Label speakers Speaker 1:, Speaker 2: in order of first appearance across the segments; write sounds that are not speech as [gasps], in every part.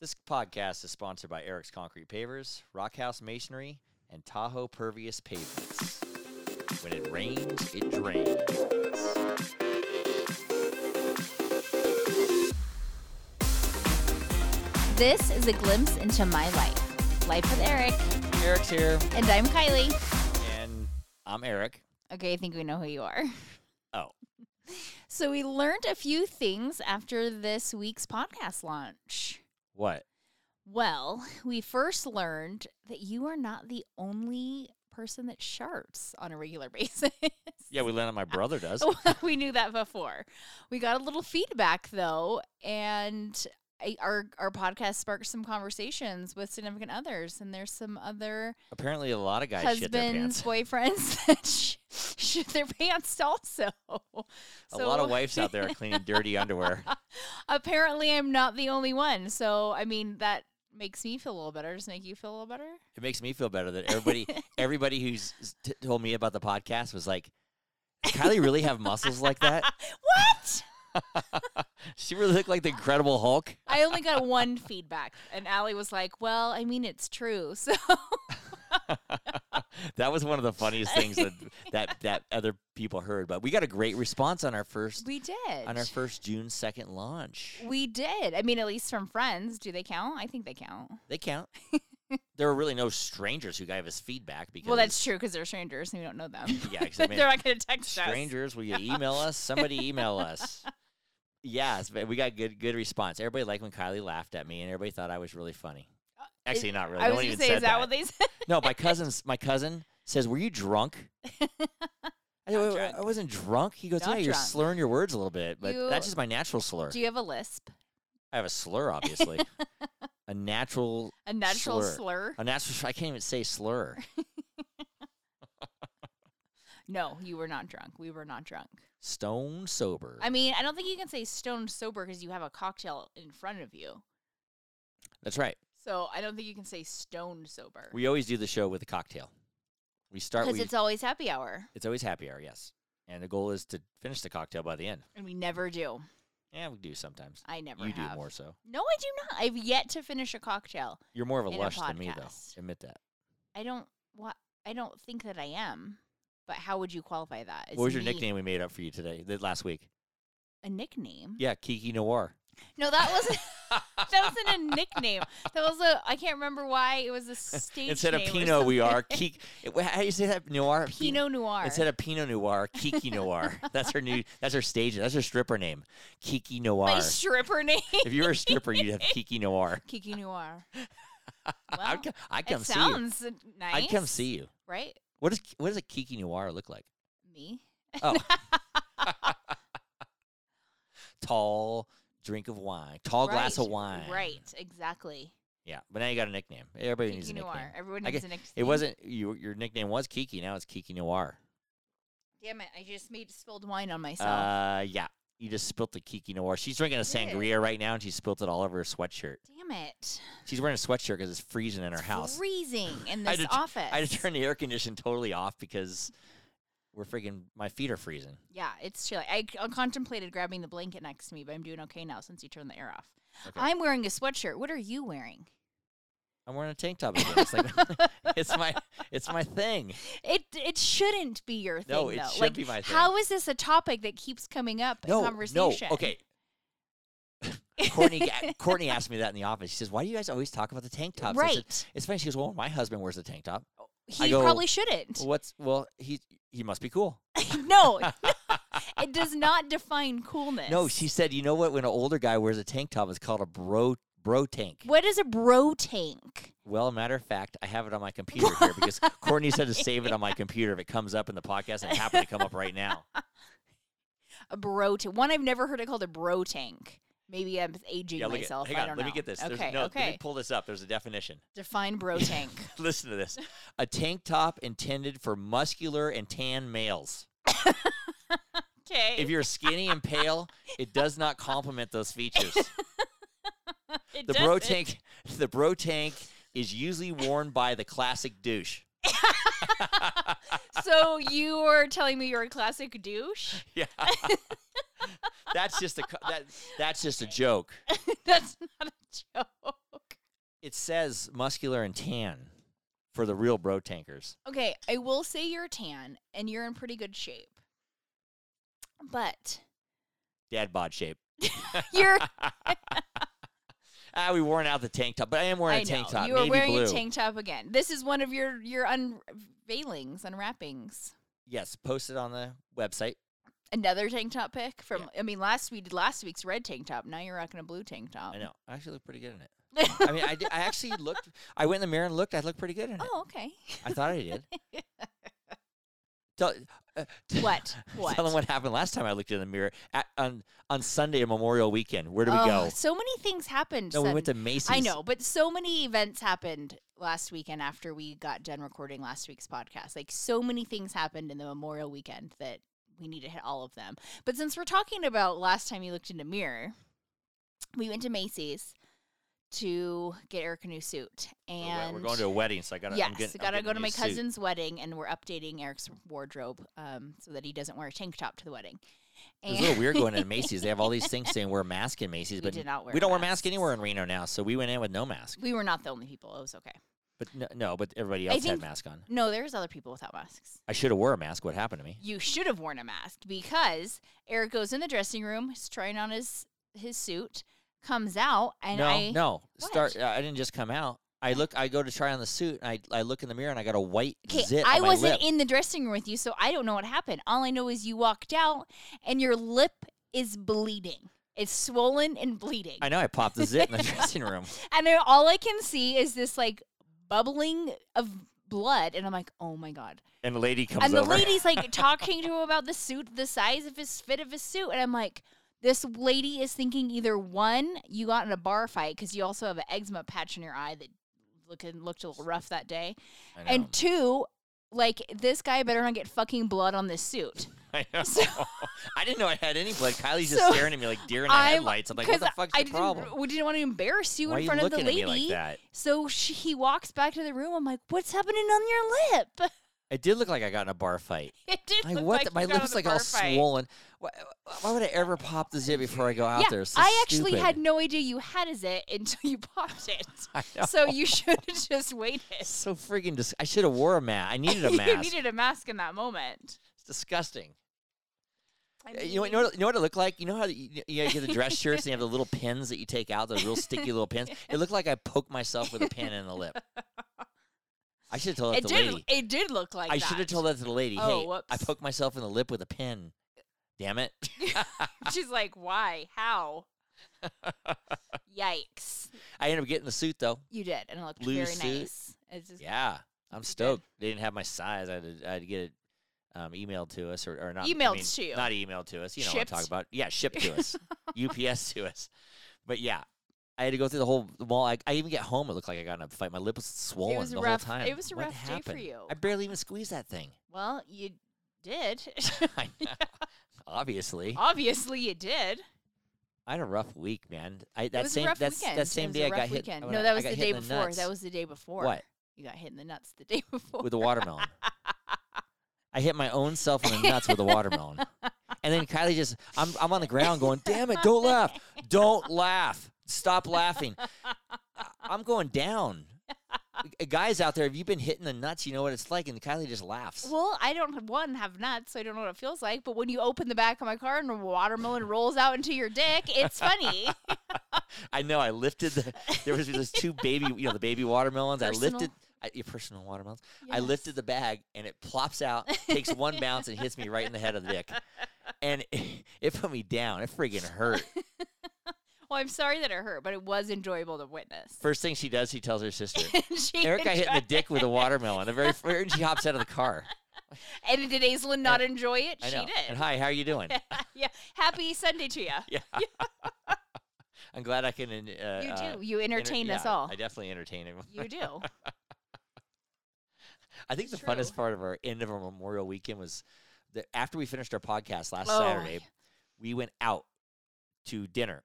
Speaker 1: This podcast is sponsored by Eric's Concrete Pavers, Rock House Masonry, and Tahoe Pervious Pavements. When it rains, it drains.
Speaker 2: This is a glimpse into my life. Life with Eric.
Speaker 1: Eric's here,
Speaker 2: And I'm Kylie.
Speaker 1: and I'm Eric.
Speaker 2: Okay, I think we know who you are.
Speaker 1: Oh.
Speaker 2: [laughs] So we learned a few things after this week's podcast launch.
Speaker 1: What?
Speaker 2: Well, we first learned that you are not the only person that sharps on a regular [laughs] basis.
Speaker 1: Yeah, we learned that my brother does.
Speaker 2: [laughs] we knew that before. We got a little feedback though, and I, our our podcast sparked some conversations with significant others, and there's some other
Speaker 1: [laughs] Apparently, a lot of guys shit their
Speaker 2: husbands,
Speaker 1: pants.
Speaker 2: boyfriends [laughs] that sh- shit their pants also.
Speaker 1: [laughs] a lot
Speaker 2: So-
Speaker 1: of wives out there are cleaning dirty underwear.
Speaker 2: Apparently, I'm not the only one. So, I mean, that makes me feel a little better. Does it make you feel a little
Speaker 1: [laughs]
Speaker 2: better?
Speaker 1: It makes me feel better that everybody, everybody who's t- told me about the podcast was like, "Kylie really have muscles like that?
Speaker 2: what?
Speaker 1: She really looked like the Incredible Hulk."
Speaker 2: I only got one feedback, and Allie was like, "Well, I mean, it's true." [laughs] So,
Speaker 1: [laughs] that was one of the funniest things that that, that other people heard. But we got a great response on our first
Speaker 2: we did.
Speaker 1: on our first June second launch.
Speaker 2: we did. I mean, at least from friends. Do they count? I think they count.
Speaker 1: They count.
Speaker 2: [laughs]
Speaker 1: there were really no strangers who gave us feedback because
Speaker 2: Well, that's true because they're strangers and we don't
Speaker 1: [laughs]
Speaker 2: know them.
Speaker 1: yeah, 'cause, I mean,
Speaker 2: [laughs] They're not going to text us.
Speaker 1: strangers. Will you
Speaker 2: [laughs]
Speaker 1: email us? Somebody email us. Yes, but we got good good response. Everybody liked when Kylie laughed at me, and everybody thought I was really funny. Actually, not really.
Speaker 2: Uh, I
Speaker 1: no
Speaker 2: was
Speaker 1: one
Speaker 2: going to
Speaker 1: even
Speaker 2: say,
Speaker 1: said
Speaker 2: is that, what they said?
Speaker 1: No, my cousin's my cousin says, "Were you drunk?" I, said,
Speaker 2: Not
Speaker 1: "Well,
Speaker 2: drunk.
Speaker 1: I wasn't drunk. He goes,
Speaker 2: Not
Speaker 1: "Yeah, you're
Speaker 2: drunk.
Speaker 1: slurring your words a little bit, but
Speaker 2: You-
Speaker 1: that's just my natural slur.
Speaker 2: Do you have a lisp?
Speaker 1: I have a slur, obviously,
Speaker 2: [laughs]
Speaker 1: a natural,
Speaker 2: A natural
Speaker 1: Slur.
Speaker 2: slur?
Speaker 1: a natural. I can't even say slur.
Speaker 2: No, you were not drunk. We were not drunk.
Speaker 1: Stone sober.
Speaker 2: I mean, I don't think you can say stone sober because you have a cocktail in front of you.
Speaker 1: that's right.
Speaker 2: So I don't think you can say stone sober
Speaker 1: We always do the show with a cocktail. We start.
Speaker 2: because
Speaker 1: We,
Speaker 2: it's always happy hour,
Speaker 1: it's always happy hour, yes. And the goal is to finish the cocktail by the end.
Speaker 2: and we never do.
Speaker 1: Yeah, we do sometimes.
Speaker 2: I never.
Speaker 1: you
Speaker 2: have.
Speaker 1: do more so.
Speaker 2: No, I do not. I've yet to finish a cocktail.
Speaker 1: You're more of a
Speaker 2: In a
Speaker 1: lush than me, though.
Speaker 2: podcast.
Speaker 1: Admit that.
Speaker 2: I don't. What? I don't think that I am. But how would you qualify that? It's
Speaker 1: what was your
Speaker 2: me-
Speaker 1: nickname we made up for you today? The last week.
Speaker 2: A nickname?
Speaker 1: Yeah, Kiki Noir.
Speaker 2: No, that
Speaker 1: [laughs]
Speaker 2: wasn't. that wasn't a nickname. That was a. I can't remember why it
Speaker 1: [laughs]
Speaker 2: was a stage
Speaker 1: Instead of
Speaker 2: name or
Speaker 1: Pinot, we are
Speaker 2: something.
Speaker 1: Kiki. How do you say that? Noir. Pin-
Speaker 2: Pinot Noir.
Speaker 1: Instead of Pinot Noir, Kiki Noir.
Speaker 2: [laughs]
Speaker 1: that's her new. That's her stage. That's her stripper name, Kiki
Speaker 2: my
Speaker 1: Noir.
Speaker 2: stripper name.
Speaker 1: if you were a stripper, you'd have Kiki Noir.
Speaker 2: Kiki Noir. Well,
Speaker 1: [laughs] I'd, co- I'd come
Speaker 2: it
Speaker 1: see you.
Speaker 2: sounds nice.
Speaker 1: I'd come see you.
Speaker 2: Right?
Speaker 1: What does what does a Kiki Noir look like?
Speaker 2: Me?
Speaker 1: Oh. Tall drink of wine. Tall glass of
Speaker 2: Right,
Speaker 1: wine.
Speaker 2: Right, exactly.
Speaker 1: Yeah. But now you got a nickname. Everybody needs a
Speaker 2: Kiki
Speaker 1: nickname.
Speaker 2: Noir. Everyone
Speaker 1: I
Speaker 2: needs
Speaker 1: get-
Speaker 2: a nickname.
Speaker 1: It wasn't you, your nickname was Kiki. Now it's Kiki Noir.
Speaker 2: Damn it! I just made spilled wine on myself.
Speaker 1: Uh, yeah. You just spilt the Kiki Noir. She's drinking a
Speaker 2: I did.
Speaker 1: sangria right now, and she spilt it all over her sweatshirt.
Speaker 2: Damn it!
Speaker 1: She's wearing a sweatshirt because it's freezing in her
Speaker 2: It's
Speaker 1: house.
Speaker 2: freezing
Speaker 1: [laughs]
Speaker 2: in
Speaker 1: I
Speaker 2: this
Speaker 1: had to-
Speaker 2: office.
Speaker 1: I had to turn the air condition totally off because we're freaking. My feet are freezing.
Speaker 2: Yeah, it's chilly. I c- I contemplated grabbing the blanket next to me, but I'm doing okay now since you turned the air off.
Speaker 1: Okay.
Speaker 2: I'm wearing a sweatshirt. What are you wearing?
Speaker 1: I'm wearing a tank top again. It's, like, [laughs] it's my it's my
Speaker 2: [laughs]
Speaker 1: thing.
Speaker 2: It it shouldn't be your thing
Speaker 1: No, it
Speaker 2: though.
Speaker 1: should
Speaker 2: like,
Speaker 1: be my thing.
Speaker 2: How is this a topic that keeps coming up
Speaker 1: No,
Speaker 2: in conversation?
Speaker 1: no,
Speaker 2: [laughs]
Speaker 1: okay. Courtney ga- Courtney asked me that in the office. She says, "Why do you guys always talk about the tank tops?" I said,
Speaker 2: Right.
Speaker 1: it's funny. She goes, "Well, my husband wears a tank top. I
Speaker 2: He
Speaker 1: go,
Speaker 2: probably shouldn't.
Speaker 1: Well, what's well? He he must be cool."
Speaker 2: [laughs] no.
Speaker 1: [laughs]
Speaker 2: it does not define coolness.
Speaker 1: No, she said, "You know what? When an older guy wears a tank top, it's called a bro bro tank."
Speaker 2: What is a bro tank?
Speaker 1: Well, matter of fact, I have it on my computer
Speaker 2: [laughs]
Speaker 1: here because Courtney said to save it on my computer if it comes up in the podcast, and it happened to come up right
Speaker 2: [laughs]
Speaker 1: now.
Speaker 2: A bro tank. One I've never heard it called a bro tank. Maybe I'm aging
Speaker 1: Yeah, look
Speaker 2: myself.
Speaker 1: At, hang
Speaker 2: I
Speaker 1: on,
Speaker 2: don't
Speaker 1: let
Speaker 2: know.
Speaker 1: me get this. There's-
Speaker 2: Okay,
Speaker 1: no, Let
Speaker 2: okay.
Speaker 1: me pull this up. There's a definition. [laughs]
Speaker 2: Define bro tank.
Speaker 1: Listen to this. A tank top intended for muscular and tan males.
Speaker 2: okay.
Speaker 1: If you're skinny and pale, it does not complement those
Speaker 2: [laughs]
Speaker 1: features.
Speaker 2: It
Speaker 1: The bro
Speaker 2: doesn't.
Speaker 1: tank, the bro tank is usually worn by the classic douche.
Speaker 2: So you were telling me you're a classic douche? [laughs]
Speaker 1: [laughs] Yeah. that's just a co- that that's just a joke.
Speaker 2: That's not a joke.
Speaker 1: It says muscular and tan for the real bro tankers.
Speaker 2: Okay, I will say you're tan and you're in pretty good shape.
Speaker 1: [laughs]
Speaker 2: But
Speaker 1: Dad bod shape.
Speaker 2: you're
Speaker 1: Ah, we worn out the tank top, but I am wearing a
Speaker 2: I
Speaker 1: tank
Speaker 2: know,
Speaker 1: top.
Speaker 2: You are
Speaker 1: navy
Speaker 2: wearing
Speaker 1: blue.
Speaker 2: a tank top again. This is one of your your unveilings, unwrappings.
Speaker 1: Yes, posted on the website.
Speaker 2: Another tank top pick from I mean last we did last week's red tank top. Now you're rocking a blue tank top.
Speaker 1: I know. I actually look pretty good in it.
Speaker 2: [laughs]
Speaker 1: I mean, I, did, I actually looked. I went in the mirror and looked. I looked pretty good in it.
Speaker 2: Oh, okay.
Speaker 1: I thought I did.
Speaker 2: [laughs]
Speaker 1: Tell, uh, [laughs] t-
Speaker 2: What? What?
Speaker 1: Tell them what happened last time I looked in the mirror at, on on Sunday Memorial Weekend. Where do we
Speaker 2: Oh,
Speaker 1: go?
Speaker 2: So many things happened.
Speaker 1: No, we went
Speaker 2: sudden-
Speaker 1: to Macy's.
Speaker 2: I know, but so many events happened last weekend after we got done recording last week's podcast. Like so many things happened in the Memorial weekend that we need to hit all of them. But since we're talking about last time you looked in a mirror, we went to Macy's to get Eric a new suit.
Speaker 1: We're,
Speaker 2: And
Speaker 1: Oh, we're going to a wedding, so I gotta. I'm
Speaker 2: Yes,
Speaker 1: getting- I'm
Speaker 2: gotta go
Speaker 1: getting
Speaker 2: to
Speaker 1: a
Speaker 2: my
Speaker 1: new suit.
Speaker 2: cousin's wedding, and we're updating Eric's wardrobe um, so that he doesn't wear a tank top to the wedding.
Speaker 1: It was a little weird going
Speaker 2: [laughs]
Speaker 1: into Macy's. They have all these things saying wear a mask in Macy's,
Speaker 2: We
Speaker 1: but
Speaker 2: did not wear
Speaker 1: we don't wear
Speaker 2: masks.
Speaker 1: mask anywhere in Reno now. So we went in with no mask.
Speaker 2: we were not the only people. It was okay.
Speaker 1: But no, no but everybody
Speaker 2: I
Speaker 1: else had
Speaker 2: think-
Speaker 1: mask on.
Speaker 2: No, there's other people without masks.
Speaker 1: I should have wore a mask. What happened to me?
Speaker 2: you should have worn a mask because Eric goes in the dressing room, he's trying on his his suit, comes out, and
Speaker 1: no,
Speaker 2: I
Speaker 1: no.
Speaker 2: What?
Speaker 1: Start. Uh, I didn't just come out. I look. I go to try on the suit, and I, I look in the mirror, and I got a white
Speaker 2: okay,
Speaker 1: zit.
Speaker 2: I
Speaker 1: on my
Speaker 2: wasn't
Speaker 1: lip.
Speaker 2: in the dressing room with you, so I don't know what happened. All I know is you walked out and your lip is bleeding. It's swollen and bleeding,
Speaker 1: I know. I popped the zit in the [laughs] dressing room.
Speaker 2: and I, all I can see is this like bubbling of blood, and I'm like, oh my god.
Speaker 1: And the lady comes
Speaker 2: and the
Speaker 1: over. [laughs]
Speaker 2: lady's like talking to him about the suit, the size of his fit of his suit, and I'm like, this lady is thinking either one, you got in a bar fight because you also have an eczema patch in your eye that looking looked a little rough that day,
Speaker 1: I know.
Speaker 2: and two, like this guy better not get fucking blood on this suit.
Speaker 1: I, know. [laughs] I didn't know I had any blood. Kylie's just
Speaker 2: So,
Speaker 1: staring at me like deer in the
Speaker 2: I'm-
Speaker 1: headlights. I'm like, what the fuck's
Speaker 2: I
Speaker 1: the
Speaker 2: didn't,
Speaker 1: problem?
Speaker 2: we didn't want to embarrass you
Speaker 1: Why are
Speaker 2: in
Speaker 1: you
Speaker 2: front of the
Speaker 1: looking at
Speaker 2: lady.
Speaker 1: me like that?
Speaker 2: So she, he walks back to the room. I'm like, what's happening on your lip? [laughs]
Speaker 1: It did look like I got in a bar fight.
Speaker 2: It did
Speaker 1: Like
Speaker 2: look
Speaker 1: what?
Speaker 2: like
Speaker 1: the- my
Speaker 2: you got
Speaker 1: lips
Speaker 2: in a
Speaker 1: like all
Speaker 2: bar fight.
Speaker 1: swollen. Why, why would I ever pop the zit before I go out
Speaker 2: yeah,
Speaker 1: there? It's so
Speaker 2: I actually
Speaker 1: stupid. [laughs]
Speaker 2: had no idea you had a zit until you [laughs] popped it.
Speaker 1: I know.
Speaker 2: So you should have just waited.
Speaker 1: It's so freaking. Dis- I should have wore a
Speaker 2: [laughs]
Speaker 1: mask. I needed a
Speaker 2: you
Speaker 1: mask.
Speaker 2: needed a mask in that moment.
Speaker 1: it's
Speaker 2: [laughs]
Speaker 1: disgusting.
Speaker 2: I
Speaker 1: Uh, You know, what-
Speaker 2: mean,
Speaker 1: you know what? You know what it looked like. You know how you, you get the dress shirts and you have the little pins that you take out, the real sticky little pins.
Speaker 2: [laughs]
Speaker 1: It looked like I poked myself with a pin in the lip. I should have told that
Speaker 2: it
Speaker 1: to the
Speaker 2: did.
Speaker 1: lady.
Speaker 2: It did look like
Speaker 1: I
Speaker 2: that.
Speaker 1: should have
Speaker 2: [laughs]
Speaker 1: told that to the lady.
Speaker 2: Oh,
Speaker 1: hey, I
Speaker 2: whoops.
Speaker 1: poked myself in the lip with a pin. Damn
Speaker 2: [laughs]
Speaker 1: it!
Speaker 2: She's like, "Why?
Speaker 1: [laughs]
Speaker 2: How?" Yikes!
Speaker 1: I ended up getting the suit though.
Speaker 2: You did, and it looked
Speaker 1: Blue
Speaker 2: very
Speaker 1: suit.
Speaker 2: nice. It's just,
Speaker 1: Yeah, I'm
Speaker 2: did.
Speaker 1: stoked. They didn't have my size. I had to, I had to get it um, emailed to us or, or not I
Speaker 2: Emailed
Speaker 1: mean,
Speaker 2: to you.
Speaker 1: Not emailed to us. You know what I'm
Speaker 2: Shipped?
Speaker 1: talking about? Yeah, shipped to
Speaker 2: [laughs]
Speaker 1: us. UPS to us. But yeah, I had to go through the whole mall. I, I even get home, it looked like I got in a fight. My lip was swollen
Speaker 2: was a
Speaker 1: the
Speaker 2: rough-
Speaker 1: whole time.
Speaker 2: it was a
Speaker 1: What
Speaker 2: rough day for
Speaker 1: happened?
Speaker 2: you.
Speaker 1: I barely even squeezed that thing. [laughs]
Speaker 2: Well, you did. [laughs]
Speaker 1: I know. Obviously,
Speaker 2: Obviously, you did.
Speaker 1: I had a rough week, man. I,
Speaker 2: it
Speaker 1: that
Speaker 2: was
Speaker 1: same
Speaker 2: a rough
Speaker 1: that's,
Speaker 2: weekend.
Speaker 1: that same
Speaker 2: it was
Speaker 1: day
Speaker 2: a
Speaker 1: I got
Speaker 2: rough
Speaker 1: hit.
Speaker 2: weekend.
Speaker 1: when
Speaker 2: no,
Speaker 1: I-
Speaker 2: that
Speaker 1: I
Speaker 2: was
Speaker 1: got
Speaker 2: the
Speaker 1: hit
Speaker 2: day
Speaker 1: in
Speaker 2: before.
Speaker 1: nuts
Speaker 2: that was the day before.
Speaker 1: What?
Speaker 2: You got hit in the nuts the day [laughs] before.
Speaker 1: with a watermelon. I hit my own self in the nuts with a watermelon. And then Kylie just, I'm, I'm on the ground going, damn it, don't laugh. Don't laugh. Stop laughing. I- I'm going down. Uh, Guys out there, if you've been hitting the nuts, you know what it's like. And Kylie just laughs.
Speaker 2: Well, I don't have- one have nuts, so I don't know what it feels like. But when you open the back of my car and a watermelon rolls out into your dick, it's
Speaker 1: [laughs]
Speaker 2: funny.
Speaker 1: I know. I lifted the, there was those two baby, you know, the baby watermelons. I
Speaker 2: Personal.
Speaker 1: lifted, I, your personal watermelons. I lifted the bag and it plops out, takes one bounce and hits me right in the head of the dick. And [laughs] it, it put me down. It friggin' hurt.
Speaker 2: Well, I'm sorry that it hurt, but it was enjoyable to witness.
Speaker 1: First thing she does, she tells her
Speaker 2: [laughs]
Speaker 1: sister.
Speaker 2: And [laughs] she
Speaker 1: Eric got hit in the
Speaker 2: enjoyed-
Speaker 1: dick with a watermelon. The
Speaker 2: [laughs]
Speaker 1: very first she hops out of the car.
Speaker 2: And did Aislinn not enjoy it?
Speaker 1: I
Speaker 2: she
Speaker 1: know. And
Speaker 2: did.
Speaker 1: hi, how are you
Speaker 2: [laughs]
Speaker 1: doing?
Speaker 2: yeah. Happy Sunday to you.
Speaker 1: yeah. I'm glad I can. Uh,
Speaker 2: You
Speaker 1: uh,
Speaker 2: do. You
Speaker 1: enter-
Speaker 2: entertain us
Speaker 1: yeah, [laughs]
Speaker 2: all.
Speaker 1: I definitely entertain everyone.
Speaker 2: You
Speaker 1: [laughs]
Speaker 2: do.
Speaker 1: I think the
Speaker 2: True.
Speaker 1: funnest part of our end of our Memorial Weekend was that after we finished our podcast last
Speaker 2: Oh,
Speaker 1: Saturday, we went out to dinner,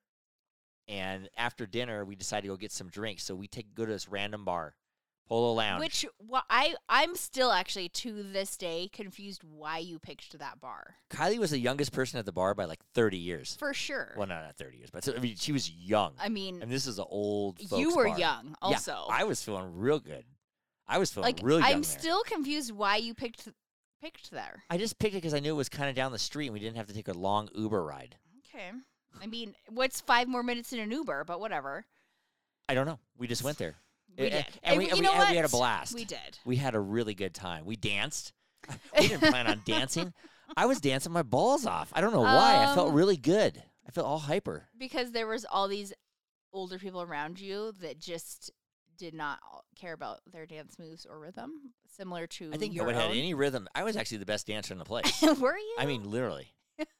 Speaker 1: and after dinner we decided to go get some drinks. So we take go to this random bar Polo Lounge.
Speaker 2: Which wh- I I'm still actually to this day confused why you picked that bar
Speaker 1: Kylie was the youngest person at the bar by like 30 years.
Speaker 2: for sure.
Speaker 1: Well, no, not 30 years, but so- I mean, she was young.
Speaker 2: I mean,
Speaker 1: and this is an old.
Speaker 2: you
Speaker 1: folks
Speaker 2: were
Speaker 1: bar.
Speaker 2: young also.
Speaker 1: I was feeling real good. I was feeling
Speaker 2: like
Speaker 1: really young
Speaker 2: I'm
Speaker 1: there.
Speaker 2: still confused why you picked picked there.
Speaker 1: I just picked it because I knew it was kind of down the street and we didn't have to take a long Uber ride.
Speaker 2: Okay. I mean, what's five more minutes in an Uber? But whatever.
Speaker 1: I don't know. We just went there.
Speaker 2: We
Speaker 1: A- a-
Speaker 2: did,
Speaker 1: And, we,
Speaker 2: you
Speaker 1: and we
Speaker 2: know
Speaker 1: had, we had a
Speaker 2: what?
Speaker 1: blast.
Speaker 2: We did.
Speaker 1: We had a really good time. We
Speaker 2: [laughs]
Speaker 1: danced. [laughs] We didn't plan on dancing. I was dancing my balls off. I don't know why. I felt
Speaker 2: Um,
Speaker 1: really good. I felt all hyper.
Speaker 2: because there was all these older people around you that just did not all- care about their dance moves or rhythm, similar to
Speaker 1: I think
Speaker 2: your
Speaker 1: nobody had
Speaker 2: own.
Speaker 1: any rhythm. I was actually the best dancer in the place.
Speaker 2: [laughs] Were you?
Speaker 1: I mean,
Speaker 2: [laughs]
Speaker 1: literally.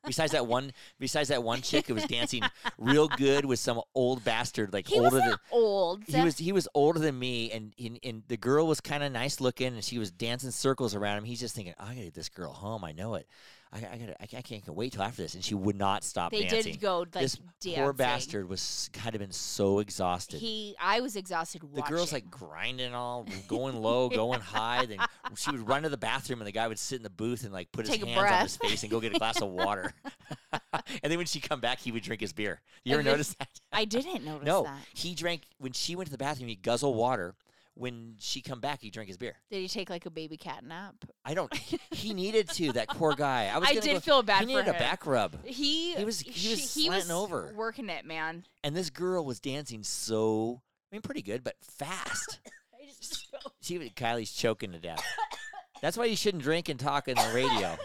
Speaker 1: Besides that one, besides that one chick who was dancing real good with some old bastard, like
Speaker 2: he was
Speaker 1: older than
Speaker 2: not old.
Speaker 1: he was he was older than me, and and, and the girl was kind of nice looking, and she was dancing circles around him. He's just thinking, I gotta get this girl home. I know it. I, I gotta. I, can't- I can't wait till after this. And she would not stop
Speaker 2: They
Speaker 1: dancing.
Speaker 2: did go like
Speaker 1: this
Speaker 2: dancing.
Speaker 1: poor bastard was had to been so exhausted.
Speaker 2: He, I was exhausted.
Speaker 1: the girl's like grinding all, going
Speaker 2: [laughs]
Speaker 1: low, going high. Then she would run to the bathroom, and the guy would sit in the booth and like put
Speaker 2: Take a
Speaker 1: his hands on his face and go get a glass
Speaker 2: [laughs]
Speaker 1: of water. [laughs] and then when she come back, he would drink his beer. You ever
Speaker 2: And then-
Speaker 1: notice that?
Speaker 2: I didn't notice
Speaker 1: No,
Speaker 2: that.
Speaker 1: he drank when she went to the bathroom. He guzzle water. When she come back, he drank his beer.
Speaker 2: Did he take like a baby cat nap?
Speaker 1: I don't. he needed to. That poor guy. I was.
Speaker 2: I
Speaker 1: gonna
Speaker 2: did
Speaker 1: go-
Speaker 2: feel bad
Speaker 1: He
Speaker 2: for
Speaker 1: needed
Speaker 2: him.
Speaker 1: a back rub.
Speaker 2: He,
Speaker 1: He was- he
Speaker 2: she-
Speaker 1: was
Speaker 2: he was
Speaker 1: slanting over.
Speaker 2: working it, man.
Speaker 1: And this girl was dancing so. I mean, pretty good, but fast.
Speaker 2: I [laughs] just
Speaker 1: she was- Kylie's choking to death. That's why you shouldn't drink and talk on the radio.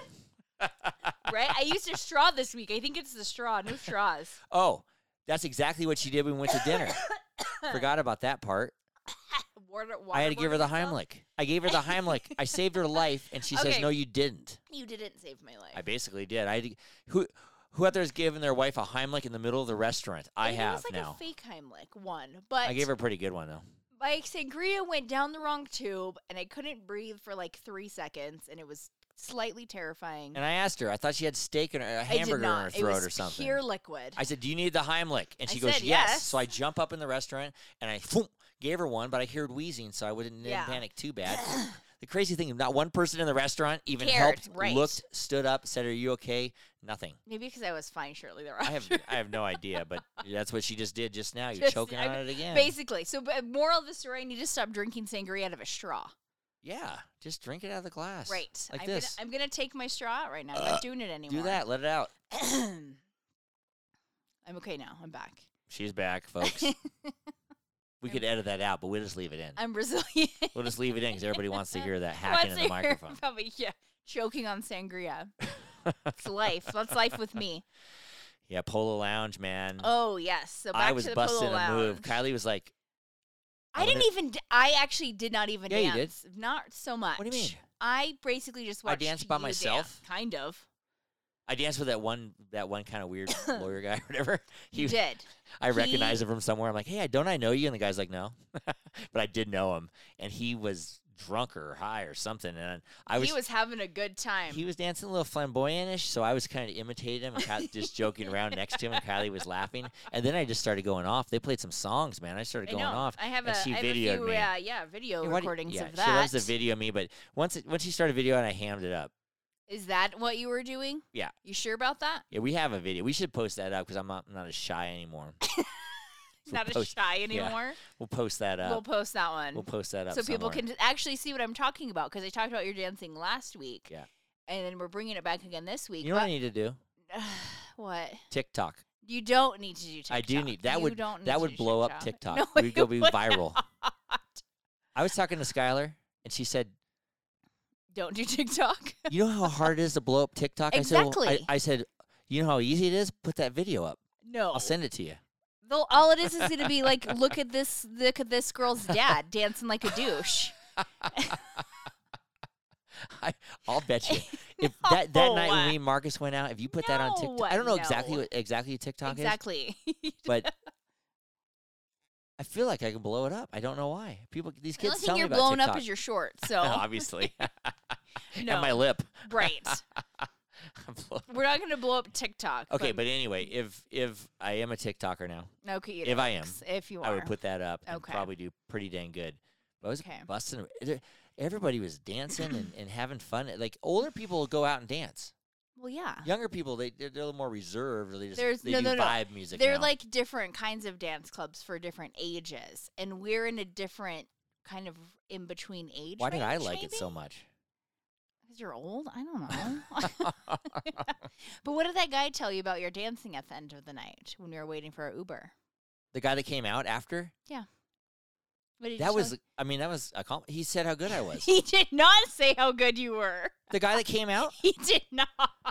Speaker 2: right. I used a straw this week. I think it's the straw. No straws.
Speaker 1: Oh, that's exactly what she did when we went to
Speaker 2: [coughs]
Speaker 1: dinner. Forgot about that part.
Speaker 2: [laughs] Water,
Speaker 1: I had to give her
Speaker 2: waterboarding
Speaker 1: the
Speaker 2: myself?
Speaker 1: Heimlich. I gave her the Heimlich.
Speaker 2: [laughs]
Speaker 1: I saved her life, and she says,
Speaker 2: Okay.
Speaker 1: "No, you didn't."
Speaker 2: You didn't save my life.
Speaker 1: I basically did. I d- who who out there has given their wife a Heimlich in the middle of the restaurant? I
Speaker 2: think
Speaker 1: have
Speaker 2: it was like
Speaker 1: now.
Speaker 2: a fake Heimlich one, but
Speaker 1: I gave her a pretty good one though.
Speaker 2: my sangria went down the wrong tube, and I couldn't breathe for like three seconds, and it was slightly terrifying.
Speaker 1: And I asked her. I thought she had steak in her, a
Speaker 2: I did
Speaker 1: hamburger in
Speaker 2: not.
Speaker 1: her
Speaker 2: it
Speaker 1: throat
Speaker 2: was
Speaker 1: or something.
Speaker 2: Pure liquid.
Speaker 1: I said, "Do you need the Heimlich?" And
Speaker 2: I
Speaker 1: she goes,
Speaker 2: said, yes.
Speaker 1: So I jump up in the restaurant and I gave her one, but I heard wheezing, so I wouldn't didn't
Speaker 2: Yeah.
Speaker 1: panic too bad. the crazy thing, not one person in the restaurant even
Speaker 2: Cared,
Speaker 1: helped,
Speaker 2: right.
Speaker 1: looked, stood up, said, "Are you okay?" Nothing.
Speaker 2: [clears throat] Maybe because I was fine shortly
Speaker 1: I
Speaker 2: thereafter. [laughs]
Speaker 1: have I have no idea, but that's what she just did just now. You're
Speaker 2: Just-
Speaker 1: choking
Speaker 2: I
Speaker 1: on it again.
Speaker 2: Basically, so but moral of the story: I need to stop drinking sangria out of a straw.
Speaker 1: Yeah, just drink it out of the glass.
Speaker 2: Right.
Speaker 1: like
Speaker 2: I'm
Speaker 1: this.
Speaker 2: Gonna, I'm gonna take my straw out right now. I'm not doing it anymore.
Speaker 1: Do that. Let it out.
Speaker 2: [clears throat] I'm okay now. I'm back.
Speaker 1: She's back,
Speaker 2: [laughs]
Speaker 1: folks. we could edit that out, but we'll just leave it in.
Speaker 2: I'm Brazilian. [laughs]
Speaker 1: We'll just leave it in because everybody wants to hear that
Speaker 2: What's
Speaker 1: hacking in the
Speaker 2: your- [laughs]
Speaker 1: microphone.
Speaker 2: Probably, yeah, choking
Speaker 1: [laughs]
Speaker 2: on sangria. it's life. That's life with me.
Speaker 1: Yeah, Polo Lounge, man.
Speaker 2: Oh yes. So back
Speaker 1: I was
Speaker 2: to the
Speaker 1: busting
Speaker 2: Polo
Speaker 1: a move.
Speaker 2: Lounge.
Speaker 1: Kylie was like,
Speaker 2: I didn't even. d- I actually did not even
Speaker 1: Yeah, you did.
Speaker 2: dance. Not so much.
Speaker 1: "What do you mean?"
Speaker 2: I basically just watched.
Speaker 1: danced by
Speaker 2: you dance,
Speaker 1: myself?
Speaker 2: kind of.
Speaker 1: I danced with that one, that one kind of
Speaker 2: [coughs]
Speaker 1: weird lawyer guy, or whatever.
Speaker 2: You did.
Speaker 1: I recognize
Speaker 2: he-
Speaker 1: him from somewhere. I'm like, "Hey, don't I know you?" And the guy's like, "No," [laughs] but I did know him, and he was drunk or high or something, and I was
Speaker 2: he was having a good time.
Speaker 1: He was dancing a little flamboyantish, so I was kind of imitating him and
Speaker 2: [laughs]
Speaker 1: Ky- just joking around next to him, and Kylie was laughing. And then I just started going off. They played some songs, man. I started
Speaker 2: I
Speaker 1: going
Speaker 2: know.
Speaker 1: off.
Speaker 2: I have
Speaker 1: and
Speaker 2: a.
Speaker 1: she
Speaker 2: I have a
Speaker 1: videoed
Speaker 2: few,
Speaker 1: me.
Speaker 2: Uh, yeah, video
Speaker 1: Hey, why do-
Speaker 2: recordings
Speaker 1: yeah,
Speaker 2: of that.
Speaker 1: She loves to video me, but once it, once she started video and I hammed it up.
Speaker 2: Is that what you were doing?
Speaker 1: Yeah.
Speaker 2: You sure about that?
Speaker 1: Yeah, we have a video. We should post that up because I'm not, I'm not as shy anymore. So
Speaker 2: Not as
Speaker 1: post-
Speaker 2: shy anymore.
Speaker 1: We'll post that up.
Speaker 2: We'll
Speaker 1: We'll,
Speaker 2: post that one.
Speaker 1: post that up.
Speaker 2: so people
Speaker 1: somewhere.
Speaker 2: can actually see what I'm talking about because I talked about your dancing last week.
Speaker 1: Yeah.
Speaker 2: And then we're bringing it back again this week.
Speaker 1: You know what I need to do?
Speaker 2: but- what?
Speaker 1: TikTok.
Speaker 2: You don't need to do TikTok.
Speaker 1: I do need that
Speaker 2: You
Speaker 1: would
Speaker 2: don't need
Speaker 1: that
Speaker 2: to
Speaker 1: would
Speaker 2: do
Speaker 1: blow up
Speaker 2: [laughs]
Speaker 1: TikTok. We'd
Speaker 2: it
Speaker 1: go be
Speaker 2: would
Speaker 1: viral.
Speaker 2: not.
Speaker 1: I was talking to Skylar and she said
Speaker 2: Don't do TikTok. [laughs]
Speaker 1: you know how hard it is to blow up TikTok? I said, well,
Speaker 2: Exactly.
Speaker 1: I, I said, you know how easy it is? Put that video up.
Speaker 2: No.
Speaker 1: I'll send it to you.
Speaker 2: Though all it is is going to be like, look at this, look at this girl's dad dancing like
Speaker 1: [laughs]
Speaker 2: a douche.
Speaker 1: I, I'll bet you.
Speaker 2: [laughs]
Speaker 1: If that, that night when
Speaker 2: No.
Speaker 1: me and Marcus went out, if you put that on TikTok, I don't know exactly
Speaker 2: No.
Speaker 1: what exactly what TikTok
Speaker 2: exactly. [laughs]
Speaker 1: is, but I feel like I can blow it up. I don't know why. People, these
Speaker 2: The only
Speaker 1: kids tell
Speaker 2: thing
Speaker 1: me
Speaker 2: you're
Speaker 1: about
Speaker 2: blowing
Speaker 1: TikTok. [laughs]
Speaker 2: up is your short. So [laughs]
Speaker 1: obviously, [laughs]
Speaker 2: no,
Speaker 1: and my lip. [laughs]
Speaker 2: right.
Speaker 1: I'm blow-
Speaker 2: We're not going to blow up TikTok.
Speaker 1: okay, but anyway, if if I am a TikToker now,
Speaker 2: no, okay,
Speaker 1: if I am,
Speaker 2: if you are,
Speaker 1: I would put that up and
Speaker 2: Okay.
Speaker 1: probably do pretty dang good. I was
Speaker 2: Okay.
Speaker 1: busting. it- Everybody was dancing and, and having fun. Like older people will go out and dance.
Speaker 2: Well, yeah.
Speaker 1: Younger people, they they're, they're a little more reserved. Or they just
Speaker 2: Uh-huh. There's-
Speaker 1: they
Speaker 2: no,
Speaker 1: do
Speaker 2: no, no.
Speaker 1: vibe music.
Speaker 2: They're
Speaker 1: now.
Speaker 2: like different kinds of dance clubs for different ages, and we're in a different kind of in between age.
Speaker 1: why did I
Speaker 2: range,
Speaker 1: like it
Speaker 2: maybe?
Speaker 1: so much?
Speaker 2: Because you're old?
Speaker 1: [laughs]
Speaker 2: I don't know. [laughs] but what did that guy tell you about your dancing at the end of the night when we were waiting for our Uber?
Speaker 1: The guy that came out after
Speaker 2: What did he
Speaker 1: that
Speaker 2: tell
Speaker 1: was.
Speaker 2: you?
Speaker 1: I mean, that was a comp- he said how good I was.
Speaker 2: [laughs] He did not say how good you were.
Speaker 1: the guy that came out,
Speaker 2: He did not.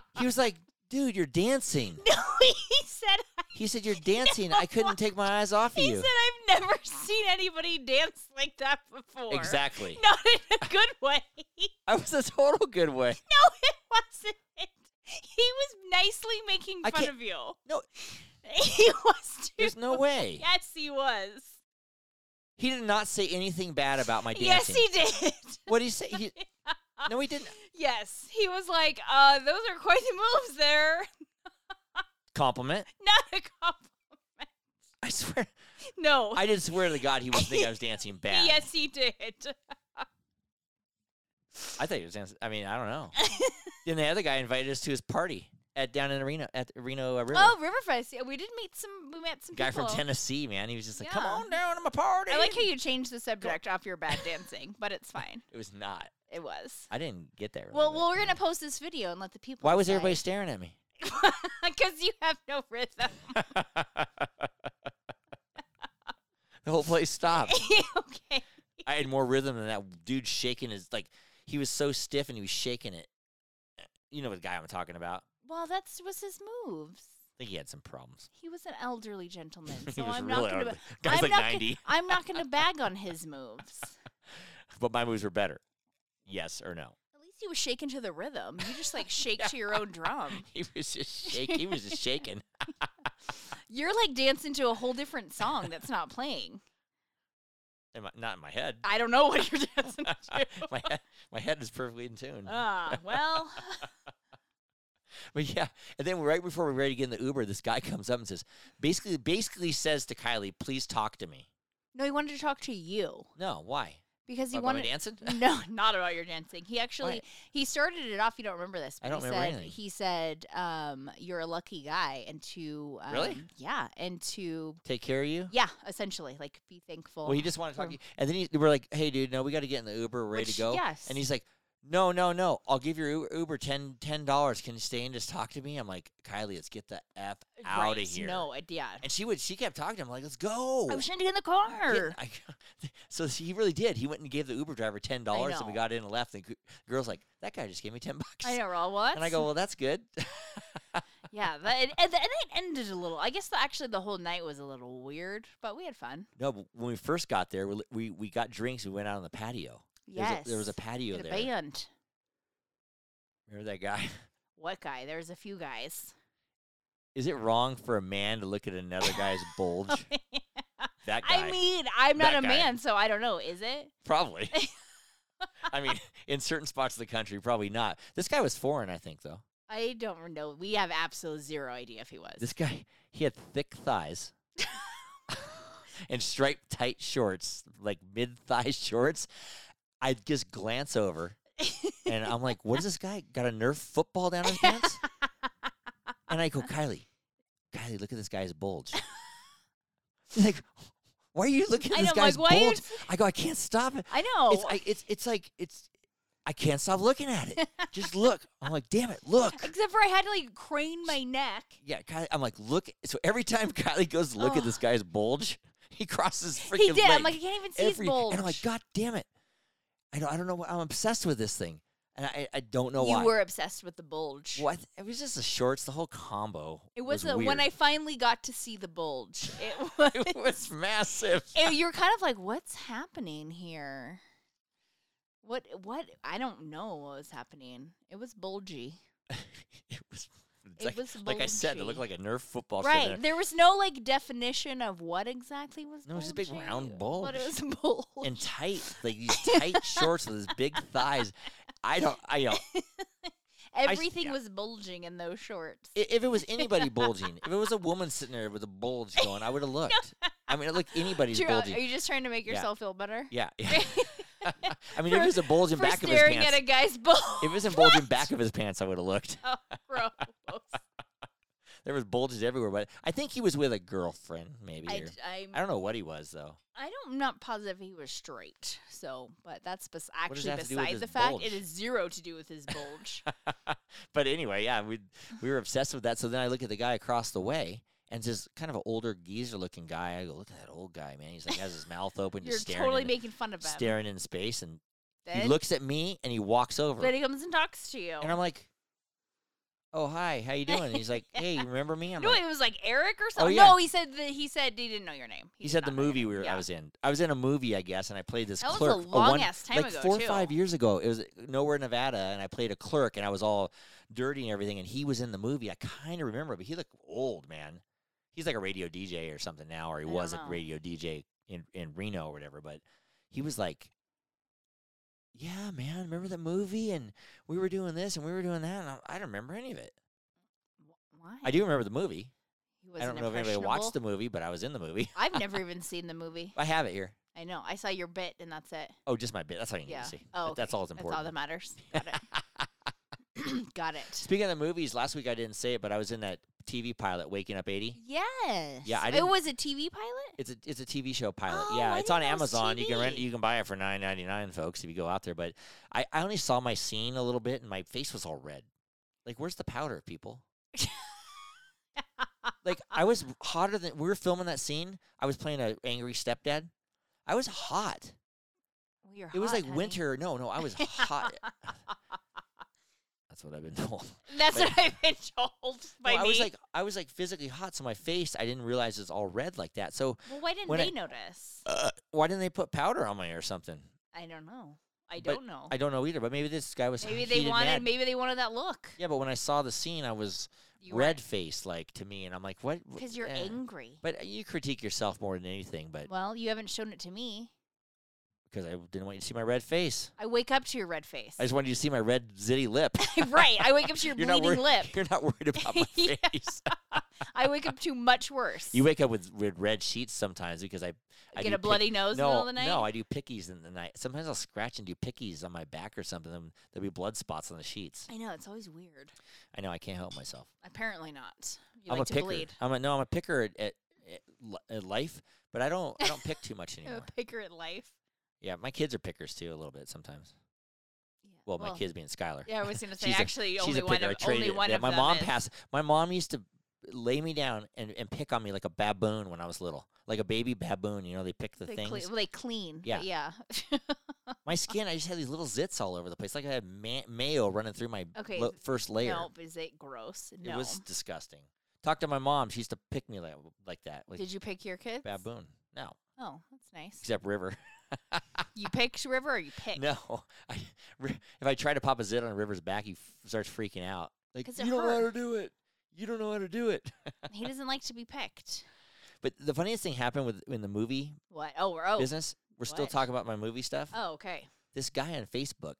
Speaker 2: [laughs]
Speaker 1: he was like, "Dude, you're dancing."
Speaker 2: No, he said
Speaker 1: He said, "You're dancing." I couldn't take my eyes off of
Speaker 2: he
Speaker 1: you.
Speaker 2: said I've never [laughs] seen anybody dance like that before.
Speaker 1: Exactly.
Speaker 2: [laughs] Not in a good way. [laughs]
Speaker 1: [laughs] I was a total good way.
Speaker 2: No, it wasn't. He was nicely making
Speaker 1: I
Speaker 2: fun
Speaker 1: can't-
Speaker 2: of you.
Speaker 1: No.
Speaker 2: [laughs] He was too.
Speaker 1: There's
Speaker 2: [laughs]
Speaker 1: no way.
Speaker 2: Yes, he was.
Speaker 1: He did not say anything bad about my dancing.
Speaker 2: Yes, he did. [laughs]
Speaker 1: What did he say? He, no, he didn't.
Speaker 2: Yes, he was like, uh, those are quite the moves there. [laughs]
Speaker 1: Compliment.
Speaker 2: Not a compliment.
Speaker 1: I swear.
Speaker 2: No.
Speaker 1: I did swear to God he was thinking I was
Speaker 2: [laughs]
Speaker 1: dancing bad.
Speaker 2: Yes, he did.
Speaker 1: I thought he was dancing. I mean, I don't
Speaker 2: [laughs]
Speaker 1: know. then the other guy invited us to his party at down in Reno at the Reno uh, River.
Speaker 2: Oh, Riverfest. Yeah, we did meet some. We met some
Speaker 1: guy
Speaker 2: people.
Speaker 1: from Tennessee, man. He was just like, "Come
Speaker 2: Yeah.
Speaker 1: on down to my party."
Speaker 2: I like how you changed the subject off your bad dancing, but it's fine.
Speaker 1: it was not.
Speaker 2: It was.
Speaker 1: I didn't get that. Really
Speaker 2: Well,
Speaker 1: but-
Speaker 2: well, we're gonna post this video and let the people.
Speaker 1: Why was everybody
Speaker 2: [laughs]
Speaker 1: staring at me? [laughs]
Speaker 2: Because you have no rhythm. [laughs]
Speaker 1: The whole place stopped.
Speaker 2: okay.
Speaker 1: I had more rhythm than that dude shaking his like he was so stiff and he was shaking it. You know what guy I'm talking about.
Speaker 2: Well, that's was his moves.
Speaker 1: I think he had some problems.
Speaker 2: He was an elderly gentleman,
Speaker 1: [laughs] He
Speaker 2: so
Speaker 1: was
Speaker 2: I'm
Speaker 1: really
Speaker 2: not gonna.
Speaker 1: ugly. Guy's
Speaker 2: I'm
Speaker 1: like
Speaker 2: not
Speaker 1: 90,
Speaker 2: Gonna, I'm
Speaker 1: [laughs]
Speaker 2: not gonna bag on his moves.
Speaker 1: but my moves were better. Yes
Speaker 2: [laughs]
Speaker 1: or no?
Speaker 2: At least he was shaking to the rhythm. You just
Speaker 1: [laughs]
Speaker 2: like shake to your own drum.
Speaker 1: He was just shaking. He was just shaking.
Speaker 2: You're like dancing to a whole different song that's not playing.
Speaker 1: [laughs] In my, not in my
Speaker 2: [laughs]
Speaker 1: head.
Speaker 2: I don't know what you're
Speaker 1: [laughs]
Speaker 2: dancing to.
Speaker 1: my head. My head is perfectly in tune.
Speaker 2: Ah, well,
Speaker 1: But yeah, and then right before we're ready to get in the Uber, this guy [laughs] comes up and says, basically, basically says to Kylie, "Please talk to me."
Speaker 2: [laughs] no, he wanted to talk to you
Speaker 1: No, why?
Speaker 2: because he
Speaker 1: About my
Speaker 2: wanted. [laughs]
Speaker 1: dancing? [laughs]
Speaker 2: no, not about your dancing. He actually
Speaker 1: Why?
Speaker 2: he started it off. You don't remember this?
Speaker 1: I
Speaker 2: But
Speaker 1: don't
Speaker 2: he
Speaker 1: remember
Speaker 2: said,
Speaker 1: anything.
Speaker 2: He said, um, "You're a lucky guy," and to um,
Speaker 1: Really?
Speaker 2: yeah, and to
Speaker 1: Take care of you.
Speaker 2: yeah, essentially, like be thankful.
Speaker 1: Well, he just wanted to talk
Speaker 2: for-
Speaker 1: to you. And then he, we're like, hey, dude, no, we got to get in the Uber. We're ready
Speaker 2: Which-
Speaker 1: to go.
Speaker 2: yes.
Speaker 1: And he's like, no, no, no. I'll give your U- Uber ten ten dollars. Can you stay and just talk to me? I'm like, Kylie, let's get the f out
Speaker 2: Right,
Speaker 1: of here.
Speaker 2: No Oh, idea.
Speaker 1: And she would. She kept talking to him like, let's go.
Speaker 2: I was trying to get in the
Speaker 1: Get-
Speaker 2: car.
Speaker 1: I- [laughs] so he really did. He went and gave the Uber driver ten dollars, and we
Speaker 2: know.
Speaker 1: got in and left. And the girl's like, that guy just gave me ten [laughs] bucks.
Speaker 2: I know, we're all what?
Speaker 1: And I go, well, that's good. [laughs]
Speaker 2: yeah, but it, and, the- and it ended a little. I guess the, actually the whole night was a little weird, but we had fun.
Speaker 1: no, but when we first got there, we li- we, we got drinks. We went out on the patio. There was
Speaker 2: Yes,
Speaker 1: a- there was a patio
Speaker 2: Had a
Speaker 1: there.
Speaker 2: band.
Speaker 1: Remember that guy? [laughs]
Speaker 2: What guy? There was a few guys.
Speaker 1: Is it wrong for a man to look at another guy's
Speaker 2: [laughs]
Speaker 1: bulge? That guy.
Speaker 2: Oh, I mean, I'm not
Speaker 1: That
Speaker 2: a
Speaker 1: guy.
Speaker 2: man, so I don't know. Is it? [laughs]
Speaker 1: probably. I mean, in certain spots of the country, probably not. This guy was foreign, I think, though.
Speaker 2: I don't know. We have absolute zero idea if he was.
Speaker 1: This guy, he had thick
Speaker 2: [laughs]
Speaker 1: thighs and striped tight shorts, like mid thigh [laughs] shorts. I just glance over and I'm like, what is this guy? Got a Nerf football down his
Speaker 2: [laughs]
Speaker 1: pants? And I go, Kylie, Kylie, look at this guy's bulge. [laughs] She's like, why are you looking at
Speaker 2: I
Speaker 1: this
Speaker 2: know,
Speaker 1: guy's
Speaker 2: Mike. Why are you? Oh.
Speaker 1: bulge? I go, I can't stop it.
Speaker 2: I know.
Speaker 1: It's, I, it's, it's like, it's, I can't stop looking at it. Just look. I'm like, damn it,
Speaker 2: [laughs]
Speaker 1: look.
Speaker 2: [laughs] Except for I had to like crane my neck. [laughs]
Speaker 1: Yeah, Kylie, I'm like, look. So every time Kylie goes to look at
Speaker 2: Oh.
Speaker 1: this guy's bulge, [laughs] he crosses freaking
Speaker 2: He did. I'm
Speaker 1: leg
Speaker 2: like, I can't even see
Speaker 1: every,
Speaker 2: his bulge.
Speaker 1: And I'm like, God damn it. I don't, I don't know. why I'm obsessed with this thing. And I, I don't know
Speaker 2: you
Speaker 1: why.
Speaker 2: were obsessed with the bulge.
Speaker 1: Well, I th- it was just the shorts, the whole combo.
Speaker 2: It was,
Speaker 1: was
Speaker 2: a, when
Speaker 1: weird.
Speaker 2: I finally got to see the bulge. It was.
Speaker 1: [laughs] it was massive.
Speaker 2: [laughs]
Speaker 1: [laughs]
Speaker 2: and you're kind of like, what's happening here? What? What? I don't know what was happening. It was bulgy.
Speaker 1: it was. it's
Speaker 2: It
Speaker 1: like,
Speaker 2: was
Speaker 1: like I said, it
Speaker 2: bulgy.
Speaker 1: looked like a Nerf football. sitting
Speaker 2: Right. There was no like definition of what exactly was.
Speaker 1: No, it was just a big
Speaker 2: bulgy,
Speaker 1: round
Speaker 2: But it
Speaker 1: bulge.
Speaker 2: was a bulge.
Speaker 1: there. [laughs] and tight, like
Speaker 2: [laughs]
Speaker 1: these tight shorts with his big thighs. I don't. I don't. s-
Speaker 2: Everything
Speaker 1: yeah.
Speaker 2: was bulging in those shorts. [laughs] [laughs]
Speaker 1: i- If it was anybody bulging, if it was a woman sitting there with a bulge going, I would have looked. I mean, look, anybody's
Speaker 2: Drew,
Speaker 1: bulgy.
Speaker 2: uh, are you just trying to make
Speaker 1: Yeah.
Speaker 2: yourself feel better?
Speaker 1: yeah.
Speaker 2: [laughs]
Speaker 1: yeah. [laughs] I mean, if it was a bulge in
Speaker 2: For
Speaker 1: back of his
Speaker 2: staring
Speaker 1: pants,
Speaker 2: at a guy's
Speaker 1: [laughs]
Speaker 2: bull. [laughs]
Speaker 1: if it was a bulge in back of his pants, I would have looked. [laughs]
Speaker 2: Gross.
Speaker 1: There was bulges everywhere, but I think he was with a girlfriend, maybe.
Speaker 2: I,
Speaker 1: or-
Speaker 2: I'm,
Speaker 1: I don't know what he was though. [laughs]
Speaker 2: I don't, I'm not positive he was straight. So, but that's bes-
Speaker 1: does it
Speaker 2: actually
Speaker 1: have to do with
Speaker 2: beside
Speaker 1: his
Speaker 2: the fact.
Speaker 1: bulge?
Speaker 2: It is zero to do with
Speaker 1: [laughs]
Speaker 2: his bulge.
Speaker 1: but anyway, yeah, we we were obsessed with that. So then I look at the guy across the way, and just kind of an older geezer looking guy. I go, look at that old guy, man. He's like has his mouth open,
Speaker 2: You're
Speaker 1: just staring,
Speaker 2: totally
Speaker 1: in-
Speaker 2: making fun of him.
Speaker 1: staring in space, and
Speaker 2: then,
Speaker 1: he looks at me and he walks over,
Speaker 2: then he comes and talks to you.
Speaker 1: and I'm like, oh hi, how you doing? And he's
Speaker 2: [laughs]
Speaker 1: like, hey, you remember me? I'm
Speaker 2: no,
Speaker 1: like, Oh,
Speaker 2: it was like Eric or something.
Speaker 1: yeah.
Speaker 2: No, he said that he said he didn't know your name.
Speaker 1: he
Speaker 2: did
Speaker 1: said
Speaker 2: not
Speaker 1: the
Speaker 2: know your
Speaker 1: movie
Speaker 2: name.
Speaker 1: we were,
Speaker 2: Yeah.
Speaker 1: I was in. I was in a movie, I guess, and I played this
Speaker 2: That was a
Speaker 1: clerk.
Speaker 2: long
Speaker 1: one-
Speaker 2: ass time
Speaker 1: like
Speaker 2: ago,
Speaker 1: four
Speaker 2: too.
Speaker 1: or five years ago. It was uh, nowhere in Nevada, and I played a clerk, and I was all dirty and everything. And he was in the movie. I kind of remember, but he looked old, man. He's like a radio DJ or something now, or he
Speaker 2: I
Speaker 1: was
Speaker 2: don't
Speaker 1: a
Speaker 2: know.
Speaker 1: radio DJ in in Reno or whatever. But he was like, "Yeah, man, remember the movie? And we were doing this, and we were doing that, and I, I don't remember any of it.
Speaker 2: Wh- Why?
Speaker 1: I do remember the movie.
Speaker 2: He
Speaker 1: I
Speaker 2: wasn't
Speaker 1: don't know if anybody watched
Speaker 2: impressionable.
Speaker 1: the movie, but I was in the movie. [laughs]
Speaker 2: I've never even seen the movie.
Speaker 1: I have it here.
Speaker 2: I know. I saw your bit, and that's it.
Speaker 1: Oh, just my bit. That's all you need
Speaker 2: Yeah.
Speaker 1: to see.
Speaker 2: Oh,
Speaker 1: That- That's
Speaker 2: okay.
Speaker 1: all that's important.
Speaker 2: That's all that matters. Got
Speaker 1: [laughs]
Speaker 2: it. Got it.
Speaker 1: Speaking of the movies, last week I didn't say it, but I was in that TV pilot, Waking Up 80.
Speaker 2: Yes.
Speaker 1: I
Speaker 2: it
Speaker 1: didn't-
Speaker 2: was a TV pilot.
Speaker 1: It's a it's a TV show pilot.
Speaker 2: Oh,
Speaker 1: yeah,
Speaker 2: I
Speaker 1: it's on
Speaker 2: didn't know it was
Speaker 1: Amazon. You can rent
Speaker 2: TV.
Speaker 1: you can buy it for nine ninety nine, folks, if you go out there. But I, I only saw my scene a little bit and my face was all red. Like, where's the powder, people? like I was hotter than we were filming that scene. I was playing an angry stepdad. I was hot.
Speaker 2: We are
Speaker 1: it was
Speaker 2: hot,
Speaker 1: like
Speaker 2: honey.
Speaker 1: winter. No, no, I was
Speaker 2: [laughs]
Speaker 1: hot. That's what I've been told.
Speaker 2: That's
Speaker 1: Like-
Speaker 2: what I've been told [laughs] by
Speaker 1: No, I was
Speaker 2: me.
Speaker 1: like I was like physically hot, so my face I didn't realize it's all red like that. So
Speaker 2: well, why didn't
Speaker 1: when
Speaker 2: they
Speaker 1: I- Uh,
Speaker 2: notice?
Speaker 1: why didn't they put powder on my or something?
Speaker 2: I don't know. I
Speaker 1: but
Speaker 2: don't know.
Speaker 1: I don't know either, but maybe this guy was
Speaker 2: maybe
Speaker 1: heated
Speaker 2: they wanted.
Speaker 1: mad.
Speaker 2: Maybe they wanted that look.
Speaker 1: Yeah, but when I saw the scene, I was
Speaker 2: You
Speaker 1: red faced like to me, and I'm like, what? wh-
Speaker 2: because you're
Speaker 1: eh.
Speaker 2: angry.
Speaker 1: But you critique yourself more than anything, but
Speaker 2: well, you haven't shown it to me.
Speaker 1: because I didn't want you to see my red face,
Speaker 2: I wake up to your red face.
Speaker 1: I just wanted you to see my red zitty lip.
Speaker 2: right. I wake
Speaker 1: [laughs]
Speaker 2: up to [laughs] your
Speaker 1: You're not
Speaker 2: bleeding
Speaker 1: worried.
Speaker 2: lip.
Speaker 1: You're not worried about my
Speaker 2: [laughs] Yeah.
Speaker 1: face.
Speaker 2: I wake up to much worse.
Speaker 1: You wake up with, with red sheets sometimes because I, I
Speaker 2: get
Speaker 1: do
Speaker 2: a bloody nose
Speaker 1: no,
Speaker 2: in the middle of the night.
Speaker 1: No, I do pickies in the night. Sometimes I'll scratch and do pickies on my back or something. and There'll be blood spots on the sheets.
Speaker 2: I know it's always weird.
Speaker 1: I know I can't help myself.
Speaker 2: Apparently not. You
Speaker 1: I'm a
Speaker 2: like to
Speaker 1: picker.
Speaker 2: bleed.
Speaker 1: I'm a, no, I'm a picker at, at, at li- at life, but I don't I don't pick too
Speaker 2: [laughs]
Speaker 1: much
Speaker 2: I'm a
Speaker 1: anymore.
Speaker 2: picker at life.
Speaker 1: yeah, my kids are pickers too a little bit sometimes.
Speaker 2: Yeah.
Speaker 1: Well, my kids being Skylar.
Speaker 2: Yeah, I was
Speaker 1: [laughs]
Speaker 2: gonna say
Speaker 1: She's a-
Speaker 2: actually
Speaker 1: She's
Speaker 2: only
Speaker 1: a
Speaker 2: one
Speaker 1: picker.
Speaker 2: of
Speaker 1: I traded
Speaker 2: only
Speaker 1: it.
Speaker 2: one
Speaker 1: Yeah,
Speaker 2: of
Speaker 1: my
Speaker 2: them
Speaker 1: mom
Speaker 2: is.
Speaker 1: passed. My mom used to lay me down and, and pick on me like a baboon when I was little, like a baby baboon. You know, they pick the
Speaker 2: they
Speaker 1: things.
Speaker 2: Clean, well, they clean.
Speaker 1: Yeah.
Speaker 2: but yeah. [laughs]
Speaker 1: My skin, I just had these little zits all over the place, like I had ma- mayo running through my
Speaker 2: Okay,
Speaker 1: lo-
Speaker 2: th-
Speaker 1: first layer.
Speaker 2: Nope. Is it gross?
Speaker 1: It
Speaker 2: No.
Speaker 1: was disgusting. Talked to my mom. She used to pick me like, like that, like
Speaker 2: Did you pick your kids?
Speaker 1: baboon. No,
Speaker 2: Oh, that's
Speaker 1: [laughs]
Speaker 2: nice.
Speaker 1: except
Speaker 2: [laughs]
Speaker 1: River.
Speaker 2: You picked River or you
Speaker 1: [laughs]
Speaker 2: picked?
Speaker 1: No, I, Ri- if I try to pop a zit on River's back, he f- starts freaking out. Like
Speaker 2: 'Cause
Speaker 1: you
Speaker 2: it
Speaker 1: don't know how to do it. You don't know how to do it. [laughs]
Speaker 2: He doesn't like to be picked.
Speaker 1: but the funniest thing happened with in the movie
Speaker 2: What? Oh, we're oh.
Speaker 1: business. We're still
Speaker 2: what?
Speaker 1: talking about my movie stuff.
Speaker 2: Oh, okay.
Speaker 1: This guy on Facebook,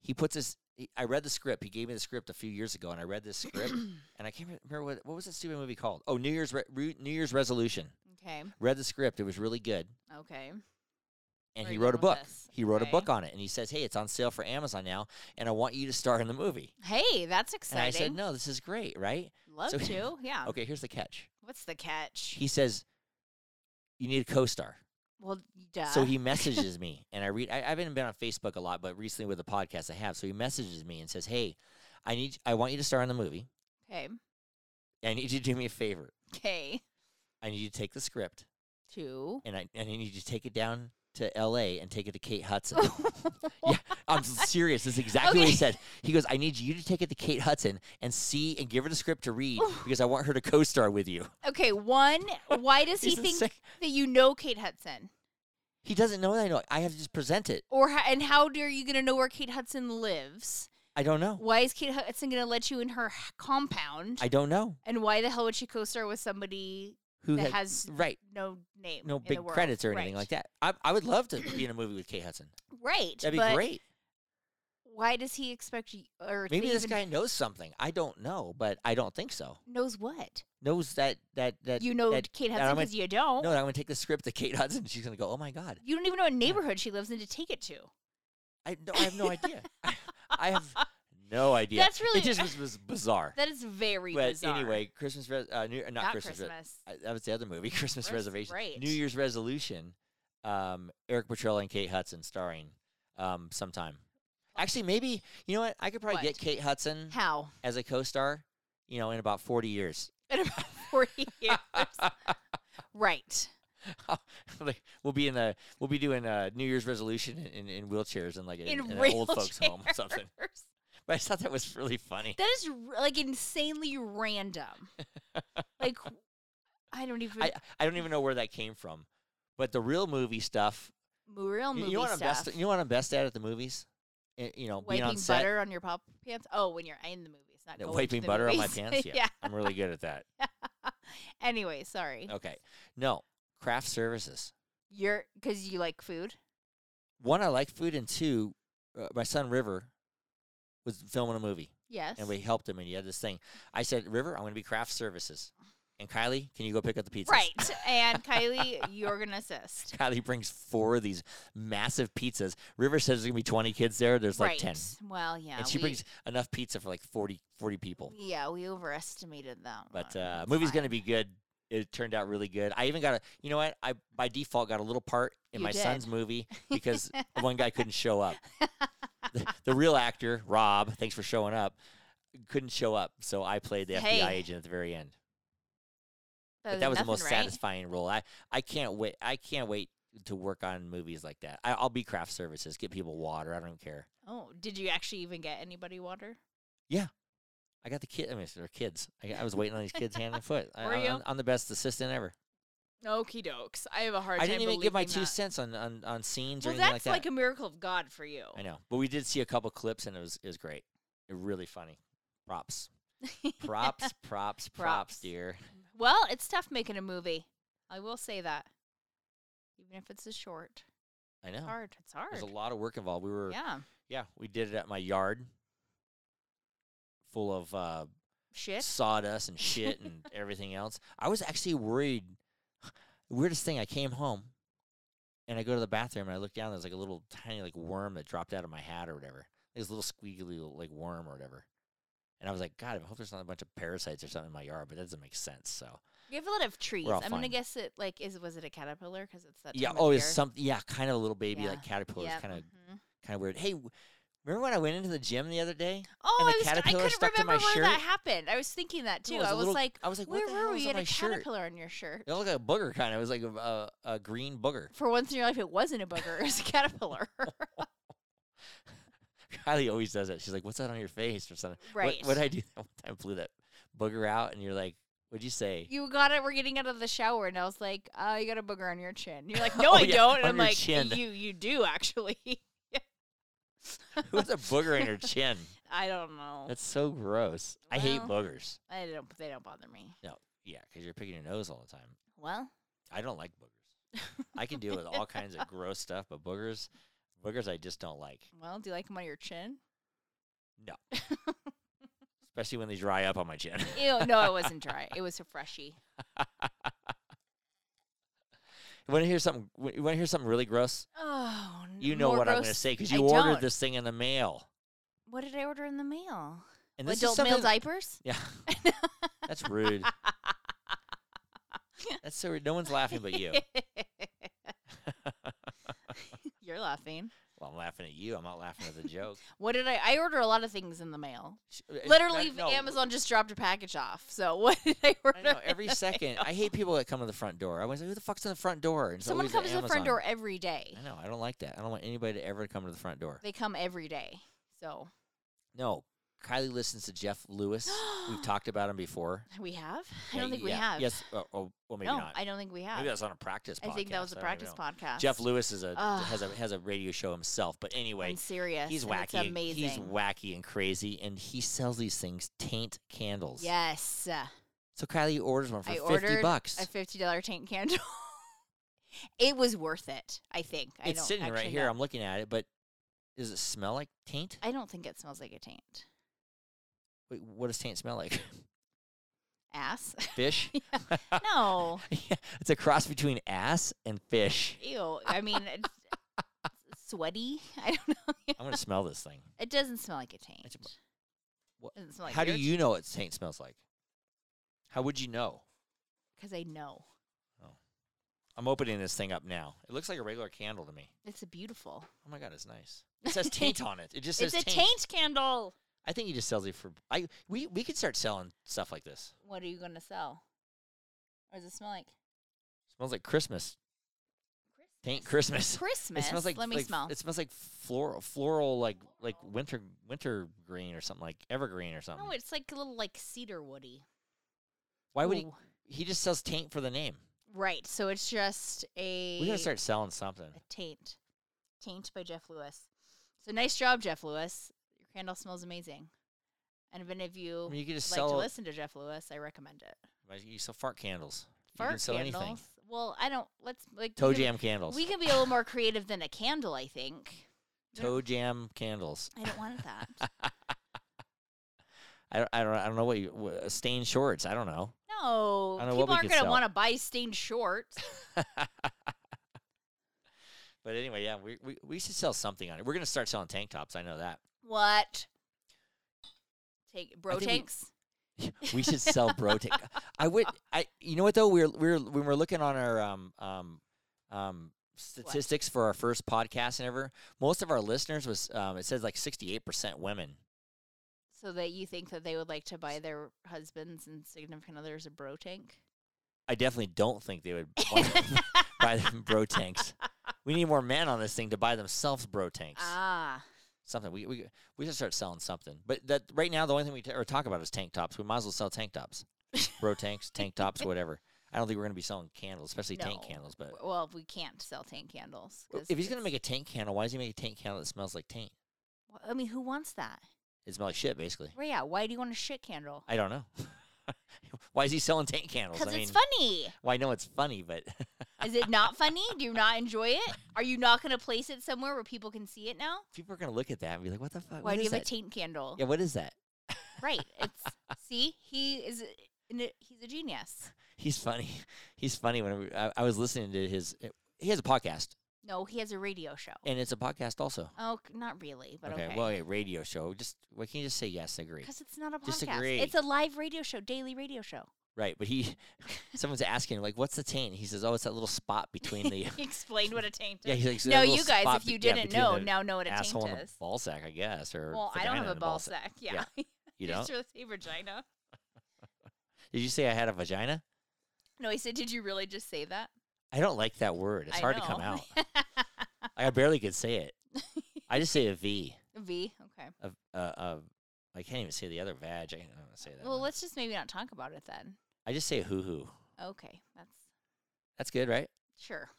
Speaker 1: he puts his. He, I read the script. He gave me the script a few years ago, and I read this
Speaker 2: [clears throat]
Speaker 1: script, and I can't remember what what was that stupid movie called. Oh, New Year's Re- Re- New Year's resolution.
Speaker 2: Okay.
Speaker 1: Read the script. It was really good.
Speaker 2: Okay.
Speaker 1: and
Speaker 2: Where
Speaker 1: he
Speaker 2: you
Speaker 1: wrote a
Speaker 2: going
Speaker 1: book.
Speaker 2: with this?
Speaker 1: He wrote a
Speaker 2: Okay.
Speaker 1: book on it, and he says, "Hey, it's on sale for Amazon now, and I want you to star in the movie."
Speaker 2: Hey, that's
Speaker 1: And
Speaker 2: exciting. Uh,
Speaker 1: I said, "No, this is great, right?"
Speaker 2: Love
Speaker 1: so-
Speaker 2: to.
Speaker 1: [laughs]
Speaker 2: Yeah.
Speaker 1: Okay, here's the catch.
Speaker 2: What's the catch?
Speaker 1: He says, "You need a co-star."
Speaker 2: well, duh.
Speaker 1: So
Speaker 2: [laughs]
Speaker 1: he messages me, and I read. I, I haven't been on Facebook a lot, but recently with the podcast, I have. So he messages me and says, "Hey, I need. I want you to star in the movie.
Speaker 2: Okay.
Speaker 1: I need you to do me a favor.
Speaker 2: Okay.
Speaker 1: I need you to take the script,
Speaker 2: Two.
Speaker 1: and I and I need you to take it down." To L.A. and take it to Kate Hudson. yeah, I'm serious. This is exactly what he
Speaker 2: Oh Okay.
Speaker 1: said. He goes, I need you to take it to Kate Hudson and see and give her the script to read
Speaker 2: Oh.
Speaker 1: because I want her to co star with you.
Speaker 2: [laughs] Okay. One. Why does he
Speaker 1: He's
Speaker 2: think
Speaker 1: insane.
Speaker 2: that you know Kate Hudson?
Speaker 1: He doesn't know that I know. it. I have to just present it.
Speaker 2: Or ho- and how are you gonna know where Kate Hudson lives?
Speaker 1: I don't know.
Speaker 2: Why is Kate Hudson gonna let you in her h- compound?
Speaker 1: I don't know
Speaker 2: and why the hell would she co-star with somebody
Speaker 1: who
Speaker 2: that
Speaker 1: had-
Speaker 2: has
Speaker 1: right,
Speaker 2: no name,
Speaker 1: no
Speaker 2: in the
Speaker 1: big
Speaker 2: world?
Speaker 1: credits or anything
Speaker 2: Right. [clears throat]
Speaker 1: like that. I, I would love to be in a movie with Kate Hudson.
Speaker 2: Right,
Speaker 1: That'd be
Speaker 2: but
Speaker 1: great.
Speaker 2: Why does he expect you? Or
Speaker 1: Maybe
Speaker 2: to
Speaker 1: this
Speaker 2: even-
Speaker 1: guy knows something. I don't know, but I don't think so.
Speaker 2: knows what
Speaker 1: Knows that that that
Speaker 2: you know.
Speaker 1: that-
Speaker 2: Kate
Speaker 1: that
Speaker 2: Hudson
Speaker 1: I'm a-
Speaker 2: because you don't.
Speaker 1: No, I'm gonna take the script to Kate Hudson. She's gonna go, "Oh my god,
Speaker 2: You don't even know what neighborhood she lives in to take it to.
Speaker 1: I no, I have no
Speaker 2: [laughs]
Speaker 1: idea. I, I have no idea.
Speaker 2: That's really-
Speaker 1: it. Just was, was bizarre.
Speaker 2: That is very
Speaker 1: but
Speaker 2: bizarre.
Speaker 1: anyway, Christmas res- uh, New, not,
Speaker 2: not
Speaker 1: Christmas.
Speaker 2: Christmas.
Speaker 1: re- I, that was the other movie, [laughs] Christmas
Speaker 2: Res-
Speaker 1: Reservation.
Speaker 2: right.
Speaker 1: New Year's Resolution. Um, Eric Petrella and Kate Hudson starring um, sometime. Actually, maybe you know what? I could probably
Speaker 2: What?
Speaker 1: get Kate Hudson
Speaker 2: How?
Speaker 1: as a co-star. You know, in about forty years, [laughs]
Speaker 2: In about [laughs] forty years. right.
Speaker 1: Like, we'll be in the we'll be doing a New Year's resolution in, in, in wheelchairs and like in,
Speaker 2: In
Speaker 1: in an old folks home or something. [laughs]
Speaker 2: wheelchairs.
Speaker 1: But I thought that was really funny.
Speaker 2: [laughs] That is r- like insanely
Speaker 1: [laughs]
Speaker 2: random. like I don't even
Speaker 1: I, I don't even know where that came from. But the real movie stuff,
Speaker 2: real
Speaker 1: you,
Speaker 2: movie
Speaker 1: you know what I'm
Speaker 2: stuff.
Speaker 1: best you know what I'm best at at the movies? I- you know, being
Speaker 2: wiping
Speaker 1: on set,
Speaker 2: butter on your pop pants. Oh, when you're in the movie, Oh, it's not
Speaker 1: Yeah,
Speaker 2: going to
Speaker 1: wiping
Speaker 2: the
Speaker 1: butter on my
Speaker 2: movies. [laughs]
Speaker 1: pants. Yeah,
Speaker 2: yeah.
Speaker 1: I'm really good at that.
Speaker 2: [laughs] Anyway, sorry.
Speaker 1: Okay, no craft services.
Speaker 2: You're because you like food.
Speaker 1: One, I like food, and two, uh, my son River was filming a movie.
Speaker 2: Yes.
Speaker 1: and we helped him and he had this thing. I said, River, I'm going to be craft services. And Kylie, can you go pick up the pizzas?
Speaker 2: right. And Kylie, you're
Speaker 1: [laughs]
Speaker 2: gonna assist.
Speaker 1: Kylie brings four of these massive pizzas. River says there's going to be 20 kids there. There's like
Speaker 2: right.
Speaker 1: 10.
Speaker 2: Well, yeah.
Speaker 1: and she
Speaker 2: we,
Speaker 1: brings enough pizza for like 40, 40 people.
Speaker 2: Yeah, we overestimated that.
Speaker 1: But uh, movie's going to be good. It turned out really good. I even got a, you know what? I by default got a little part in
Speaker 2: You
Speaker 1: my
Speaker 2: did.
Speaker 1: son's
Speaker 2: [laughs]
Speaker 1: movie because one guy couldn't show up. The, the real actor, Rob, thanks for showing up, couldn't show up. So I played the
Speaker 2: Hey.
Speaker 1: FBI agent at the very end.
Speaker 2: That,
Speaker 1: But that was the
Speaker 2: nothing,
Speaker 1: most
Speaker 2: right?
Speaker 1: satisfying role. I, I can't wait. I can't wait to work on movies like that. I, I'll be craft services, get people water. I don't care.
Speaker 2: Oh, did you actually even get anybody water?
Speaker 1: I got the kid. I mean, they're kids. I, I was waiting on these kids hand and foot. I,
Speaker 2: Were
Speaker 1: I'm,
Speaker 2: you?
Speaker 1: I'm- I'm the best assistant ever.
Speaker 2: Okie dokes. I have a hard
Speaker 1: I
Speaker 2: time.
Speaker 1: didn't even give my
Speaker 2: believing
Speaker 1: two
Speaker 2: that.
Speaker 1: cents on, on, on scenes
Speaker 2: Well,
Speaker 1: or
Speaker 2: that's
Speaker 1: anything like
Speaker 2: like
Speaker 1: that.
Speaker 2: a miracle of God for you.
Speaker 1: I know, but we did see a couple clips and it was it was great. It was really funny. Props,
Speaker 2: [laughs]
Speaker 1: props, props, props,
Speaker 2: Props.
Speaker 1: dear.
Speaker 2: Well, it's tough making a movie. I will say that. Even if it's a short,
Speaker 1: I know.
Speaker 2: it's hard. It's hard.
Speaker 1: Oh, There's a lot of work involved. We were yeah.
Speaker 2: Yeah.
Speaker 1: we did it at my yard, full of. Uh,
Speaker 2: Shit.
Speaker 1: sawdust and shit
Speaker 2: [laughs]
Speaker 1: and everything else. I was actually worried. [sighs] Weirdest thing, I came home and I go to the bathroom and I look down. There's like a little tiny like worm that dropped out of my hat or whatever. This little squealy little, like worm or whatever. And I was like, God, I hope there's not a bunch of parasites or something in my yard, but that doesn't make sense. So
Speaker 2: You have a lot of trees.
Speaker 1: all
Speaker 2: I'm gonna
Speaker 1: fine.
Speaker 2: guess it like is was it a caterpillar because it's that
Speaker 1: yeah,
Speaker 2: time of
Speaker 1: oh,
Speaker 2: year.
Speaker 1: it's some yeah, kind of a little baby
Speaker 2: Yeah.
Speaker 1: like caterpillar.
Speaker 2: Yep,
Speaker 1: Kind of
Speaker 2: mhm.
Speaker 1: kind of weird. Hey, w- remember when I went into the gym the other day?
Speaker 2: Oh,
Speaker 1: and the
Speaker 2: I was I
Speaker 1: caterpillar
Speaker 2: couldn't
Speaker 1: stuck to
Speaker 2: remember
Speaker 1: my
Speaker 2: where that
Speaker 1: shirt?
Speaker 2: happened. I was thinking that
Speaker 1: No,
Speaker 2: too.
Speaker 1: it was
Speaker 2: I
Speaker 1: a
Speaker 2: was
Speaker 1: little-
Speaker 2: like,
Speaker 1: I was like, what
Speaker 2: where
Speaker 1: the
Speaker 2: were
Speaker 1: hell is
Speaker 2: we?
Speaker 1: on
Speaker 2: You had
Speaker 1: my
Speaker 2: a
Speaker 1: shirt?
Speaker 2: caterpillar on your shirt.
Speaker 1: It looked like a booger kind of. It was like a, a, a green booger.
Speaker 2: For once in your life, it wasn't a booger; it was a [laughs] caterpillar.
Speaker 1: Kylie always does that. She's like, "What's that on your face?" or something.
Speaker 2: right.
Speaker 1: What, what I do that [laughs] one time blew that booger out, and you're like, "What'd you say?"
Speaker 2: you got it. We're getting out of the shower, and I was like, uh, "You got a booger on your chin."
Speaker 1: [laughs]
Speaker 2: You're like, "No,
Speaker 1: Oh,
Speaker 2: I
Speaker 1: yeah,
Speaker 2: don't."
Speaker 1: on
Speaker 2: And I'm
Speaker 1: your
Speaker 2: like,
Speaker 1: chin.
Speaker 2: "You, you do actually." [laughs]
Speaker 1: [laughs] What's a booger in her chin?
Speaker 2: I don't know.
Speaker 1: That's so gross. I hate
Speaker 2: Well.
Speaker 1: boogers.
Speaker 2: I don't. They don't bother me.
Speaker 1: Yeah, because you're picking your nose all the time.
Speaker 2: Well,
Speaker 1: I don't like boogers. I can deal with all kinds of gross stuff, but boogers, boogers, I just don't like.
Speaker 2: well, do you like them on your chin?
Speaker 1: Especially when they dry up on my chin. [laughs]
Speaker 2: Ew, no, it wasn't dry. It was a freshie.
Speaker 1: want to hear something? wa- You want to hear something really gross?
Speaker 2: [laughs] Oh, n-
Speaker 1: You know
Speaker 2: more
Speaker 1: what I'm going to
Speaker 2: gross-
Speaker 1: say because
Speaker 2: I
Speaker 1: you ordered
Speaker 2: don't.
Speaker 1: this thing in the mail.
Speaker 2: What did I order in the mail?
Speaker 1: And this is
Speaker 2: Adult
Speaker 1: something
Speaker 2: male diapers. [laughs]
Speaker 1: Yeah. That's rude. That's so rude. No one's laughing but
Speaker 2: [laughs]
Speaker 1: you. [laughs]
Speaker 2: You're laughing.
Speaker 1: Well, I'm laughing at you. I'm not laughing at the joke.
Speaker 2: What did I? I order a lot of things in the mail.
Speaker 1: Sh- uh,
Speaker 2: Literally,
Speaker 1: that- no,
Speaker 2: Amazon just dropped a package off. So [laughs] what did I order?
Speaker 1: I know
Speaker 2: in
Speaker 1: every
Speaker 2: the
Speaker 1: second. I hate people that come to the front door. I was like, who the fuck's in the front door? And it's
Speaker 2: [laughs] Someone
Speaker 1: always an
Speaker 2: comes to the
Speaker 1: Amazon.
Speaker 2: front door every day.
Speaker 1: I know. I don't like that. I don't want anybody to ever come to the front door.
Speaker 2: They come every day. So
Speaker 1: No. Kylie listens to Jeff Lewis.
Speaker 2: [gasps]
Speaker 1: We've talked about him before.
Speaker 2: we have. I
Speaker 1: Yeah,
Speaker 2: don't think we
Speaker 1: yeah.
Speaker 2: have.
Speaker 1: Yes. Oh, oh, well, maybe
Speaker 2: no,
Speaker 1: not.
Speaker 2: I don't think we have.
Speaker 1: maybe that's on a practice.
Speaker 2: I think that was
Speaker 1: podcast.
Speaker 2: a
Speaker 1: I don't even
Speaker 2: practice
Speaker 1: know.
Speaker 2: podcast.
Speaker 1: Jeff Lewis is a
Speaker 2: Ugh.
Speaker 1: has a has a radio show himself. But anyway,
Speaker 2: I'm serious.
Speaker 1: He's
Speaker 2: and
Speaker 1: wacky.
Speaker 2: It's
Speaker 1: and-
Speaker 2: amazing.
Speaker 1: He's wacky and crazy, and he sells these things taint candles.
Speaker 2: Yes, uh,
Speaker 1: So Kylie orders one for
Speaker 2: I
Speaker 1: fifty
Speaker 2: ordered
Speaker 1: bucks.
Speaker 2: a fifty dollar tank candle. [laughs] it was worth it. I think. I
Speaker 1: it's
Speaker 2: don't
Speaker 1: sitting right
Speaker 2: actually
Speaker 1: here.
Speaker 2: know.
Speaker 1: I'm looking at it, but Does it smell like taint?
Speaker 2: I don't think it smells like a taint.
Speaker 1: Wait, what does taint smell like? [laughs]
Speaker 2: Ass? [laughs]
Speaker 1: Fish?
Speaker 2: no.
Speaker 1: [laughs] Yeah, it's a cross between ass and
Speaker 2: [laughs]
Speaker 1: fish.
Speaker 2: Ew. I mean, it's
Speaker 1: [laughs]
Speaker 2: it's sweaty. I don't know.
Speaker 1: I'm gonna smell this thing.
Speaker 2: it doesn't smell like a taint.
Speaker 1: It's a- what-
Speaker 2: doesn't smell like
Speaker 1: How do you know what taint smells like? How would you know?
Speaker 2: Because I know.
Speaker 1: I'm opening this thing up now. It looks like a regular candle to me.
Speaker 2: It's a beautiful.
Speaker 1: Oh my god, it's nice. It
Speaker 2: [laughs]
Speaker 1: says taint on it. It just says
Speaker 2: it's a taint candle.
Speaker 1: I think he just sells it for. I we we could start selling stuff like this.
Speaker 2: What are you going to sell? What does it smell like?
Speaker 1: smells like Christmas. Taint Christmas.
Speaker 2: Christmas.
Speaker 1: It smells like
Speaker 2: Let me
Speaker 1: like-
Speaker 2: smell.
Speaker 1: It smells like floral, floral like like winter winter green or something like evergreen or something.
Speaker 2: No, it's like a little like cedar woody.
Speaker 1: um Why would he?
Speaker 2: Ooh.
Speaker 1: He just sells taint for the name.
Speaker 2: Right. So it's just a
Speaker 1: We gotta start selling something.
Speaker 2: a taint. Taint by Jeff Lewis. So nice job, Jeff Lewis. Your candle smells amazing. And if any of you
Speaker 1: I mean, you could just
Speaker 2: like to
Speaker 1: sell.
Speaker 2: listen to Jeff Lewis, I recommend it.
Speaker 1: like, You sell fart candles. you can
Speaker 2: Fart
Speaker 1: sell
Speaker 2: candles.
Speaker 1: anything.
Speaker 2: Well, I don't let's like we
Speaker 1: Toe
Speaker 2: can-
Speaker 1: jam candles.
Speaker 2: We can be a little more creative than a candle,
Speaker 1: [laughs]
Speaker 2: I think. we don't-
Speaker 1: Toe jam candles.
Speaker 2: I don't want that.
Speaker 1: [laughs] I don't, I don't I don't know what you wha- stained shorts. I don't know.
Speaker 2: No.
Speaker 1: I don't know what
Speaker 2: People
Speaker 1: we
Speaker 2: aren't
Speaker 1: could
Speaker 2: gonna
Speaker 1: sell.
Speaker 2: want to buy stained shorts.
Speaker 1: But anyway, yeah, we, we we should sell something on it. We're gonna start selling tank tops. I know that.
Speaker 2: what? Take bro
Speaker 1: think we-
Speaker 2: tanks?
Speaker 1: [laughs] we should sell bro tank. I would. I. You know what though? We were we were when we were looking on our um um um statistics for our first podcast and ever. Most of our listeners was um it says like sixty eight percent women.
Speaker 2: So that you think that they would like to buy their husbands and significant others a bro tank?
Speaker 1: I definitely don't think they would want to buy them bro tanks. We need more men on this thing to buy themselves bro tanks.
Speaker 2: Ah,
Speaker 1: something we we we should start selling something. But that right now the only thing we t- or talk about is tank tops. We might as well sell tank tops, bro tanks, tank tops, whatever. I don't think we're gonna be selling candles, especially tank
Speaker 2: No.
Speaker 1: candles. But
Speaker 2: w- well, we can't sell tank candles.
Speaker 1: Uh, Well, If he's gonna make a tank candle, why does he make a tank candle that smells like taint?
Speaker 2: I mean, who wants that?
Speaker 1: It smells like shit, basically.
Speaker 2: Well, yeah, why do you want a shit candle?
Speaker 1: I don't know. [laughs] why is he selling tank candles?
Speaker 2: Because
Speaker 1: I mean,
Speaker 2: it's funny.
Speaker 1: well, I know it's funny, but [laughs]
Speaker 2: Is it not funny? Do you not enjoy it? Are you not going to place it somewhere where people can see it now?
Speaker 1: people are gonna look at that and be like, "What the fuck?
Speaker 2: Why
Speaker 1: what
Speaker 2: do you
Speaker 1: is
Speaker 2: have a
Speaker 1: that?
Speaker 2: taint candle?
Speaker 1: yeah, what is that? [laughs]
Speaker 2: Right. It's see, he is. a- an- He's a genius.
Speaker 1: He's funny. [laughs] He's funny. When we- I, I was listening to his, he has a podcast,
Speaker 2: No, he has a radio show.
Speaker 1: and it's a podcast also.
Speaker 2: Oh, c- not really, but okay.
Speaker 1: okay, well, a radio show. Just why can't you just say yes? Agree.
Speaker 2: Because it's not a podcast.
Speaker 1: Disagree.
Speaker 2: It's a live radio show, daily radio show. [laughs]
Speaker 1: Right, but he, [laughs] someone's asking him like, "What's the taint?" He says, "Oh, it's that little spot
Speaker 2: [laughs]
Speaker 1: between the." [laughs]
Speaker 2: He explained what a taint
Speaker 1: yeah,
Speaker 2: is.
Speaker 1: he's like, "It's that
Speaker 2: no,
Speaker 1: little
Speaker 2: you guys,
Speaker 1: spot
Speaker 2: if you
Speaker 1: be- yeah,
Speaker 2: didn't
Speaker 1: between
Speaker 2: know,
Speaker 1: the
Speaker 2: now know what a taint
Speaker 1: asshole and
Speaker 2: is.
Speaker 1: a ball sack, I guess, or
Speaker 2: Well, I don't
Speaker 1: vagina
Speaker 2: have a
Speaker 1: and
Speaker 2: ball
Speaker 1: sack.
Speaker 2: sack. [laughs] Yeah.
Speaker 1: Yeah. You
Speaker 2: Just [laughs]
Speaker 1: don't?
Speaker 2: really say vagina.
Speaker 1: Did you say I had a vagina?
Speaker 2: No, I said, did you really just say that?
Speaker 1: I don't like that word. It's
Speaker 2: I
Speaker 1: hard to come
Speaker 2: know. [laughs]
Speaker 1: out. I barely could say it. I just say a
Speaker 2: [laughs]
Speaker 1: V.
Speaker 2: V. Okay.
Speaker 1: A, a, a, I can't even say the other vag. I don't want to say that.
Speaker 2: Well,
Speaker 1: one.
Speaker 2: let's just maybe not talk about it then.
Speaker 1: I just say hoo hoo.
Speaker 2: Okay. That's
Speaker 1: That's good, right? [laughs]
Speaker 2: sure.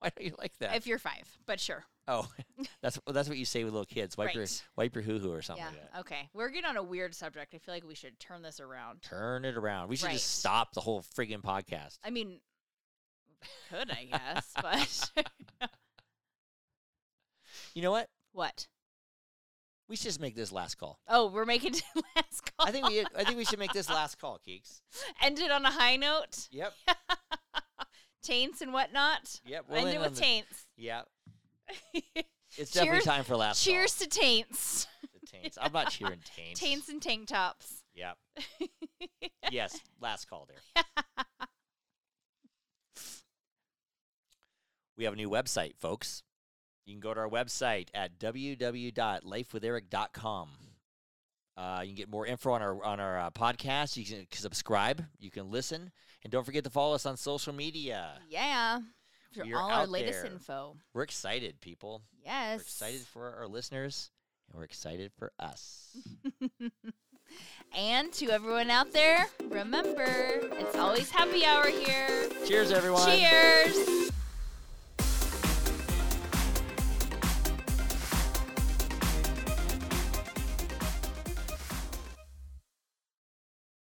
Speaker 1: Why don't you like that?
Speaker 2: If you're five, but sure. [laughs]
Speaker 1: oh, [laughs] that's well, that's what you say with little kids. Wipe your
Speaker 2: Right.
Speaker 1: wipe your hoo hoo or something
Speaker 2: yeah.
Speaker 1: like that.
Speaker 2: Okay. We're getting on a weird subject. I feel like we should turn this around.
Speaker 1: Turn it around. We should
Speaker 2: Right.
Speaker 1: just stop the whole friggin' podcast.
Speaker 2: I mean, could, I
Speaker 1: [laughs]
Speaker 2: guess, but [laughs]
Speaker 1: You know what?
Speaker 2: what?
Speaker 1: We should just make this last
Speaker 2: [laughs]
Speaker 1: call.
Speaker 2: Oh, we're making to the last call.
Speaker 1: I think we I think we should make this last call, Keeks.
Speaker 2: ended on a high note.
Speaker 1: Yep.
Speaker 2: Taints and whatnot.
Speaker 1: Yep.
Speaker 2: End
Speaker 1: end
Speaker 2: it
Speaker 1: on
Speaker 2: with
Speaker 1: the-
Speaker 2: taints.
Speaker 1: Yeah.
Speaker 2: [laughs]
Speaker 1: It's definitely
Speaker 2: Cheers-
Speaker 1: time for last call.
Speaker 2: Cheers to taints.
Speaker 1: The taints. I'm
Speaker 2: [laughs]
Speaker 1: not cheering taints.
Speaker 2: Taints and tank tops.
Speaker 1: Yeah.
Speaker 2: [laughs]
Speaker 1: yes. Last call there.
Speaker 2: [laughs]
Speaker 1: we have a new website, folks. You can go to our website at www.lifewitheric.com. Uh, you can get more info on our on our uh, podcast. You can subscribe. You can listen, and don't forget to follow us on social media.
Speaker 2: Yeah. For
Speaker 1: We are
Speaker 2: all our
Speaker 1: Uh, out
Speaker 2: latest
Speaker 1: there.
Speaker 2: info.
Speaker 1: We're excited, people.
Speaker 2: Yes.
Speaker 1: We're excited for our listeners, and we're excited for us.
Speaker 2: And to everyone out there, remember, it's always happy hour here.
Speaker 1: Cheers, everyone.
Speaker 2: Cheers.